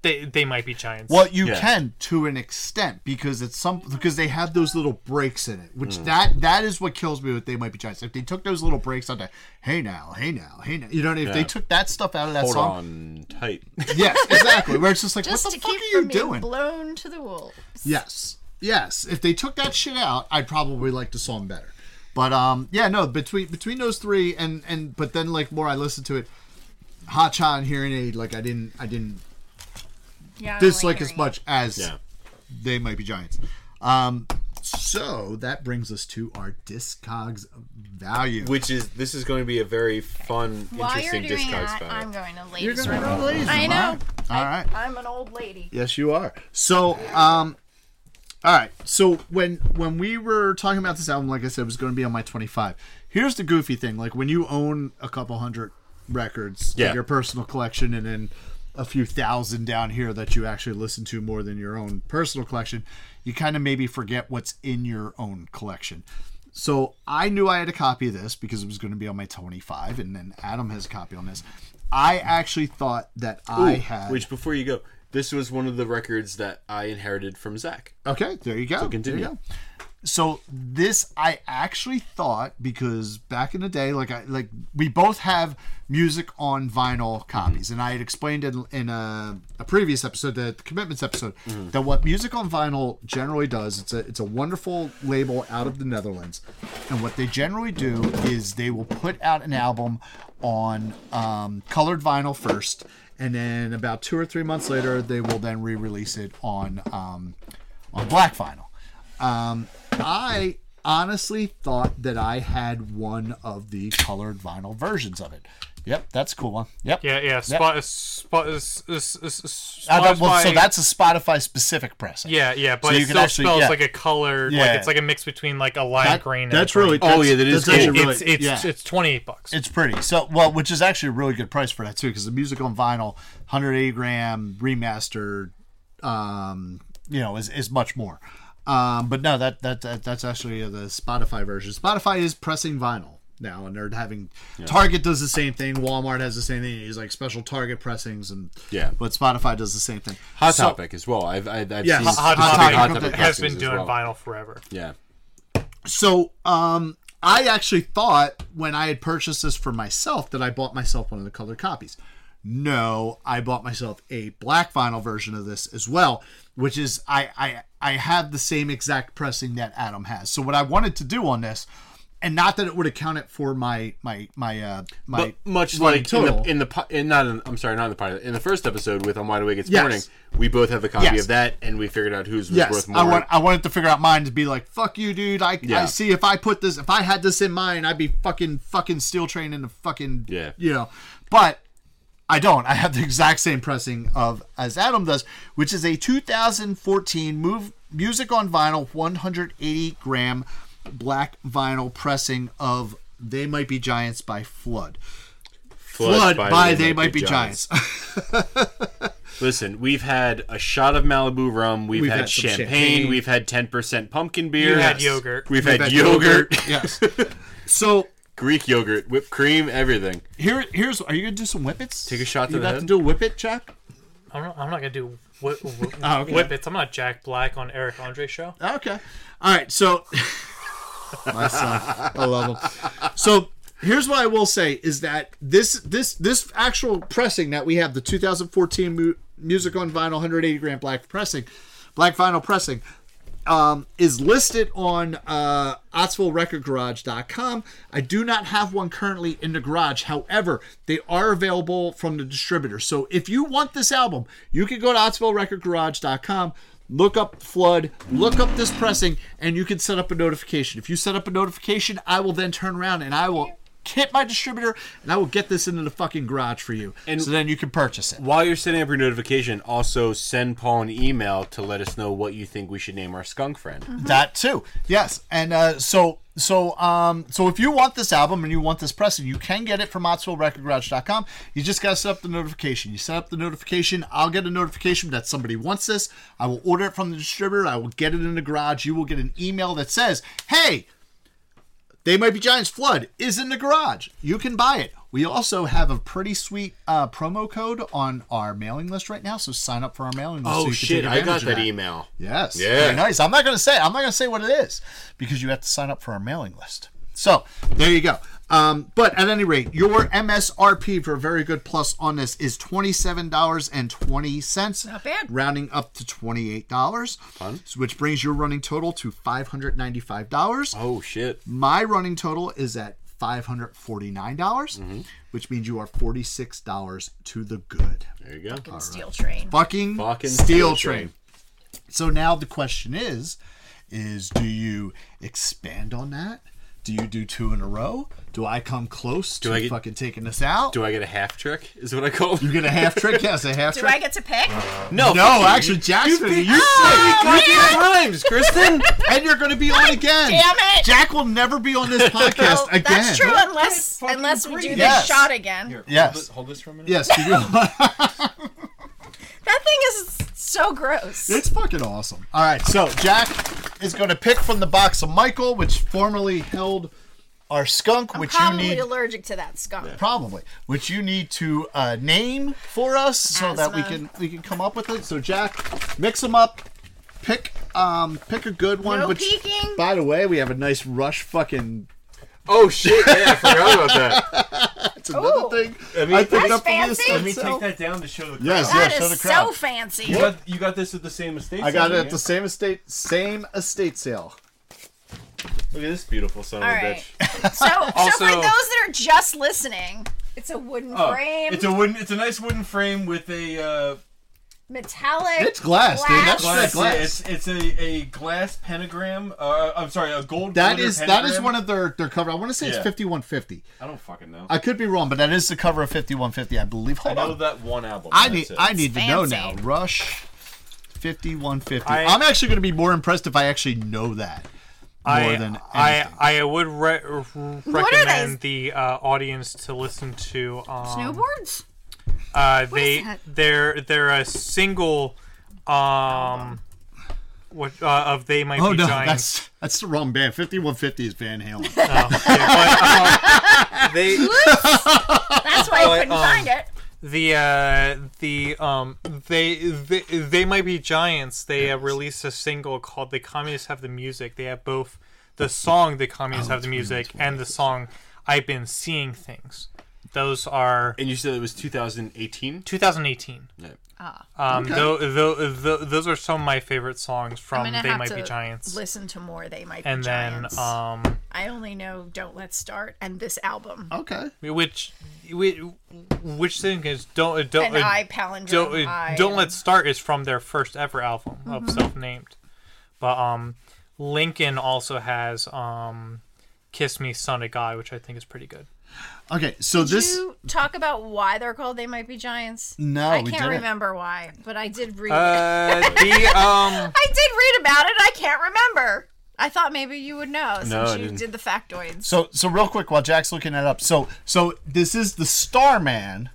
they they might be giants Well, you Yeah. can to an extent because it's some because they have those little breaks in it, Mm. which that that is what kills me with they might be giants. If they took those little breaks out of hey now, hey now, hey now, you know, what I mean? if they Yeah. took that stuff out of that Hold song, on tight. yes, exactly, where it's just like, Just what to the fuck keep are you from being doing? blown to the wolves. Yes. Yes. If they took that shit out, I'd probably like the song better. But um yeah, no, between between those three and and but then like more I listened to it, Hot Cha and Hearing Aid, like I didn't I didn't Yeah, I don't dislike hearing as much as Yeah. they might be giants. Um so that brings us to our discogs value. Which is this is going to be a very fun, aid. While you're interesting doing discogs that, battle. I'm going to You're ladies' gonna room. roll these, I know. All right. I'm an old lady. Yes, you are. So, um, all right. So when when we were talking about this album, like I said, it was going to be on my twenty five. Here's the goofy thing: like when you own a couple hundred records, like Yeah. your personal collection, and then a few thousand down here that you actually listen to more than your own personal collection, you kind of maybe forget what's in your own collection. So I knew I had a copy of this because it was going to be on my twenty five, and then Adam has a copy on this. I actually thought that I Ooh, had Which before you go, this was one of the records that I inherited from Zach. Okay, there you go. So continue. So this I actually thought because back in the day, like I like we both have music on vinyl copies, and I had explained in, in a, a previous episode, the commitments episode, that what music on vinyl generally does. It's a it's a wonderful label out of the Netherlands, and what they generally do is they will put out an album on um, colored vinyl first, and then about two or three months later, they will then re-release it on. Um, on black vinyl. Um, I honestly thought that I had one of the colored vinyl versions of it. Yep, that's a cool one. Yep. yeah yeah spot spot is is is I thought- well, so Spotify- that's a Spotify specific pressing. yeah yeah but So you it can still actually- spells yeah. like a color Yeah. like it's like a mix between like a lime That- green and that's a green. really. Oh, yeah, that is that's actually cool. really- it's it's yeah. it's 28 bucks It's pretty. So, well, which is actually a really good price for that too, because the music on vinyl, 180 gram remastered, um, you know, is, is much more. Um, but no, that, that that that's actually uh, the Spotify version. Spotify is pressing vinyl now, and they're having Target does the same thing. Walmart has the same thing. He's like special Target pressings, and Yeah. but Spotify does the same thing. Hot So- Topic as well. I've, I've, I've Yes. seen Hot Hot, Topic Topic, Hot Topic has pressings been as doing well. vinyl forever. Yeah. So, um, I actually thought when I had purchased this for myself that I bought myself one of the colored copies. No, I bought myself a black vinyl version of this as well, which is I I I have the same exact pressing that Adam has. So what I wanted to do on this, and not that it would account it for my my my uh my But much running like in the total. in the pi- in not in, I'm sorry not in the pilot in the first episode with I'm wide awake it's Yes. morning we both have a copy Yes. of that and we figured out whose was Yes, worth more. I want. I wanted to figure out mine to be like, "Fuck you, dude." I, I Yeah. see if I put this, if I had this in mine, I'd be fucking fucking steel train into fucking Yeah. you know. But I don't. I have the exact same pressing of as Adam does, which is a 2014 move music on vinyl 180 gram black vinyl pressing of "They Might Be Giants" by Flood. Flood, by, They, Might, Be Giants. Listen, we've had a shot of Malibu rum, we've, had, had some champagne, champagne. we've had 10% pumpkin beer, You had yogurt. we've, had, That yogurt, yes. So Greek yogurt, whipped cream, everything. Here, here's. Are you gonna do some whippets? Take a shot to you the about head? to do a whippet, Jack? I'm not, I'm not gonna do whi- whi- Oh, okay. whippets. I'm not Jack Black on Eric Andre show. Ah, Okay. All right. So, my son, I love him. So here's what I will say is that this this this actual pressing that we have the 2014 mu- music on vinyl 180 gram black pressing, black vinyl pressing. Um, is listed on uh, OttsvilleRecordGarage.com. I do not have one currently in the garage. However, they are available from the distributor. So if you want this album, you can go to OttsvilleRecordGarage.com look up flood look up this pressing and you can set up a notification if you set up a notification i will then turn around and i will hit my distributor and i will get this into the fucking garage for you and so then you can purchase it While you're setting up your notification, also send Paul an email to let us know what you think we should name our skunk friend. that too yes and uh, so so um so if you want this album and you want this pressing you can get it from ottsvillerecordgarage.com you just gotta set up the notification you set up the notification i'll get a notification that somebody wants this i will order it from the distributor i will get it in the garage you will get an email that says hey They Might Be Giants Flood is in the garage. You can buy it. We also have a pretty sweet uh, promo code on our mailing list right now, so sign up for our mailing list. so Oh, you can shit, take I advantage got of that email. Yes. Yeah. Very nice. I'm not going to say. I'm not going to say what it is because you have to sign up for our mailing list. So there you go. Um, but at any rate, your MSRP for a very good plus on this is twenty seven dollars and twenty cents. Not bad. Rounding up to twenty eight dollars, which brings your running total to five hundred ninety five dollars. Oh, shit. My running total is at five hundred forty nine dollars, Mm-hmm. which means you are forty six dollars to the good. There you go. Steel train. Fucking, Fucking steel, steel train. train. So now the question is, is do you expand on that? Do you do two in a row? Do I come close to I get- fucking taking this out? Do I get a half trick? Is what I call it? you get a half trick? Yes, a half Do trick. I get to pick? No, no, actually, Jackson, you, said Goddamn times, Kristen. and you're going to be on again. damn it. Jack will never be on this podcast Well, again. that's true unless fucking unless we do agree. this Yes. shot again. Yes. Hold, this for a minute. Yes, you will. That thing is so gross. it's fucking awesome. All right, so Jack is going to pick from the box of Michael, which formerly held our skunk, which you Probably need. allergic to that skunk. probably which you need to uh, name for us so that we Asthma. can we can come up with it so jack mix them up pick um pick a good one No which peeking. by the way we have a nice rush fucking Oh shit! Yeah, I forgot about that. that's another Ooh. thing Let me- i picked That's up from this fancy. Let me so- take that down to show the crowd. yes That yes is show the crowd so fancy. You got, you got this at the same estate. i got it sale, at the same estate same estate sale yeah? Look at this beautiful son All of a right. bitch. So, so Also- for those that are just listening, it's a wooden Oh, frame, It's a wooden. It's a nice wooden frame with a uh, metallic. it's glass, dude that's Glass. glass. glass, glass. It's it's a, a glass pentagram. Uh, I'm sorry, a gold. that glitter is that is pentagram. one of their their cover i want to say Yeah. it's 5150 I don't fucking know. I, i could be wrong but that is the cover of 5150 i believe hold on know that one album. I that's need it. I need to know Fancy. now. Rush fifty one fifty. I- I'm actually going to be more impressed if I actually know that more I, than I, anything. I would re- r- they? recommend the uh, audience to listen to um, Snowboards? Uh, is they that? they're they're a single um what uh, of they might Oh be no, giants. that's that's the wrong band. Fifty one fifty is Van Halen. Oh, okay, but, um, they That's why I couldn't um, find it. the uh, the um they, they they might be giants. They uh, released a single called "The Communists Have the Music." They have both the song "The Communists Have the Music" and the song "I've Been Seeing Things." Those are And you said it was 2018. 2018. Ah. Um, tho- tho- tho- those are some of my favorite songs I'm from gonna "They have Might to Be Giants." listen to more. They might And be then, giants. um, I only know "Don't Let's Start" and this album. Oh, Okay. which, which, which thing is don't uh, don't and uh, I palindrome. don't uh, I don't and- let start is from their first ever album of self named, but um, Lincoln also has um, "Kiss Me, Son of God," which I think is pretty good. Okay. So this you talk about why they're called "They Might Be Giants"? No, I we can't didn't. remember why, but I did read. Uh, the um, I did read about it. I can't remember. I thought maybe you would know since No, I you didn't. did the factoids. So so real quick while Jack's looking that up. So so this is the Starman,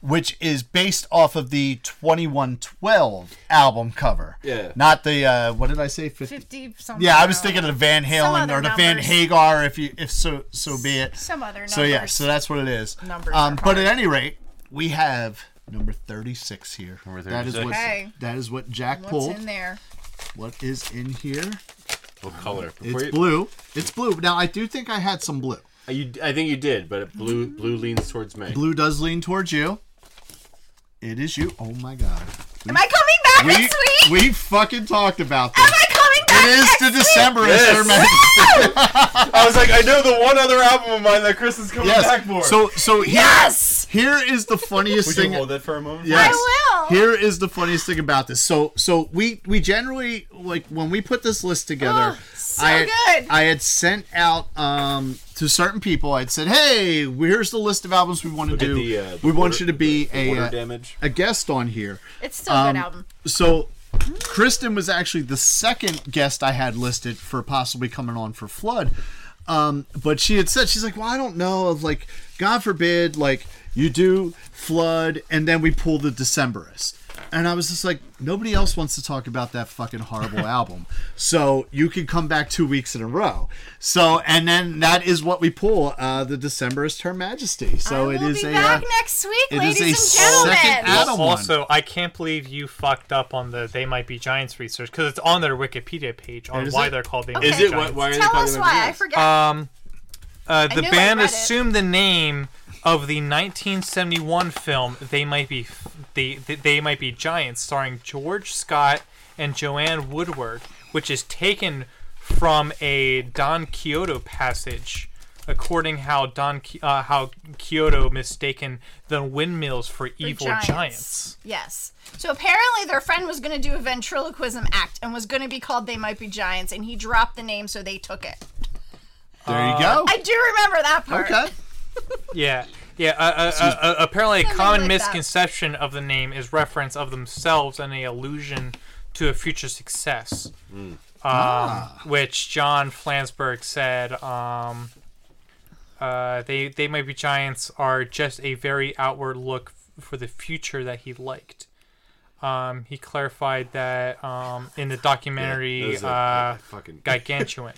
which is based off of the 2112 album cover. Yeah. Not the uh what did I say 50? Fifty something. Yeah, I was thinking of the Van Some Halen other or the Van numbers. Hagar if you if so so be it. some other numbers. so yeah, so that's what it is. Numbers um are but at hard. any rate, we have number 36 here. That is what 36. Okay. that is what Jack what's pulled. in there. What is in here? What color? It's Before you- uh, blue. It's blue. Now I do think I had some blue. You, I think you did, but blue blue leans towards me. Blue does lean towards you. It is you. Oh my god. Am I coming back We, next week? we fucking talk about Am this. I coming back? It is next the week? December Yes. man. I was like, I know the one other album of mine that Chris is coming back for. Yes. So so here, Yes. here is the funniest Would you thing. hold that for a moment? Yes. I will. Here is the funniest thing about this. So so we we generally like when we put this list together. Oh, so I had, good. I had sent out um, to certain people. I'd said, "Hey, here's the list of albums we want to Look at do. the, uh, the we want water- you to be the a water uh, damage. a guest on here." It's still a Um, good album. So, Kristen was actually the second guest I had listed for possibly coming on for Flood. Um, but she had said, she's like, well, I don't know of like, God forbid, like you do Flood and then we pull the Decemberist. And I was just like, nobody else wants to talk about that fucking horrible album. So you can come back two weeks in a row. So, and then that is what we pull uh, the Decemberist, Her Majesty. So I it will is be a. back uh, next week, it is ladies a and second gentlemen. al- Adam also I can't believe you fucked up on the "They Might Be Giants" research because it's on their Wikipedia page on Is why it? they're called "They Might is Be it why, Giants." why are they Tell calling us them why. I Giants? forget. Um, uh, the knew I band read it. assumed the name of the 1971 film "They Might Be they, they They Might Be Giants," starring George Scott and Joanne Woodward, which is taken from a Don Quixote passage. According how Don Qui- uh, how Kyoto mistaken the windmills for evil giants. giants. Yes. So apparently their friend was going to do a ventriloquism act and was going to be called They Might Be Giants, and he dropped the name, so they took it. uh, there you go. I do remember that part. okay. Yeah, yeah. Uh, uh, uh, uh, apparently, a Something common like that. misconception of the name is reference of themselves and a allusion to a future success, Ah. um, which John Flansburgh said. Um, uh, they they might be giants are just a very outward look f- for the future that he liked. Um, he clarified that um, in the That documentary was a- uh, a fucking- Gigantuan.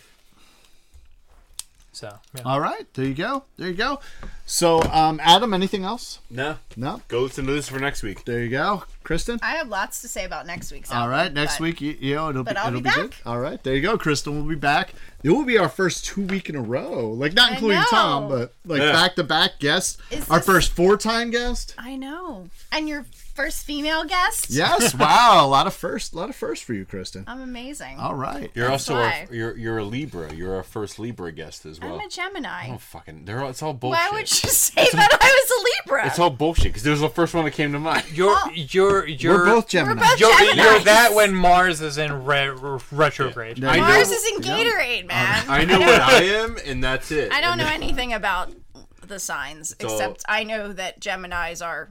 So yeah. All right, there you go. There you go. So, um, Adam, anything else? No. No. Go listen to this for next week. There you go, Kristen. I have lots to say about next week's All album, right, next but- week, you, you know, it'll be, but I'll it'll be good. back. All right, there you go, Kristen. We'll be back. It will be our first two week in a row, like not I including know. Tom, but like Yeah. back to back guest. Is our this- first four time guest. I know. And your first female guest? Yes, wow, a lot of first, a lot of first for you, Kristen. I'm amazing. All right, You're That's also why. a, you're you're a Libra. You're our first Libra guest as well. I'm a Gemini. oh fucking! They're all, it's all bullshit. Why would you say that I was a Libra? It's all bullshit because there was the first one that came to mind. You're Oh. you're you're we're both We're Gemini. both Yo, Gemini. yo, that when Mars is in re- re- retrograde. Yeah. I know- Mars is in yeah. Gatorade, man. I know what I am, and that's it. I don't And know then- anything about the signs, all- except I know that Geminis are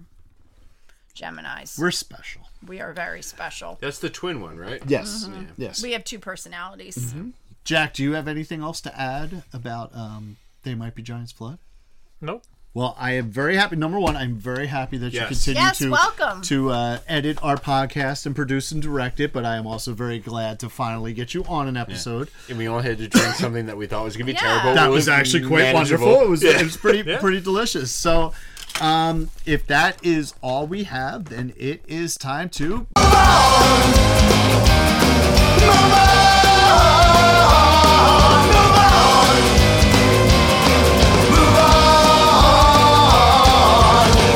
Geminis. We're, We're special. very special. That's the twin one, right? Yes, yes. Mm-hmm. We have two personalities. Jack, do you have anything else to add about um, they might be Giants flood? Nope. Well, I am very happy. Number one, I'm very happy that you Yes. continue Yes, to welcome. to uh, edit our podcast and produce and direct it. But I am also very glad to finally get you on an episode. And we all had to drink something that we thought was going to be Yeah. terrible. That It was actually quite manageable. wonderful. It was Yeah. it was pretty Yeah. pretty delicious. So, um, if that is all we have, then it is time to Mama!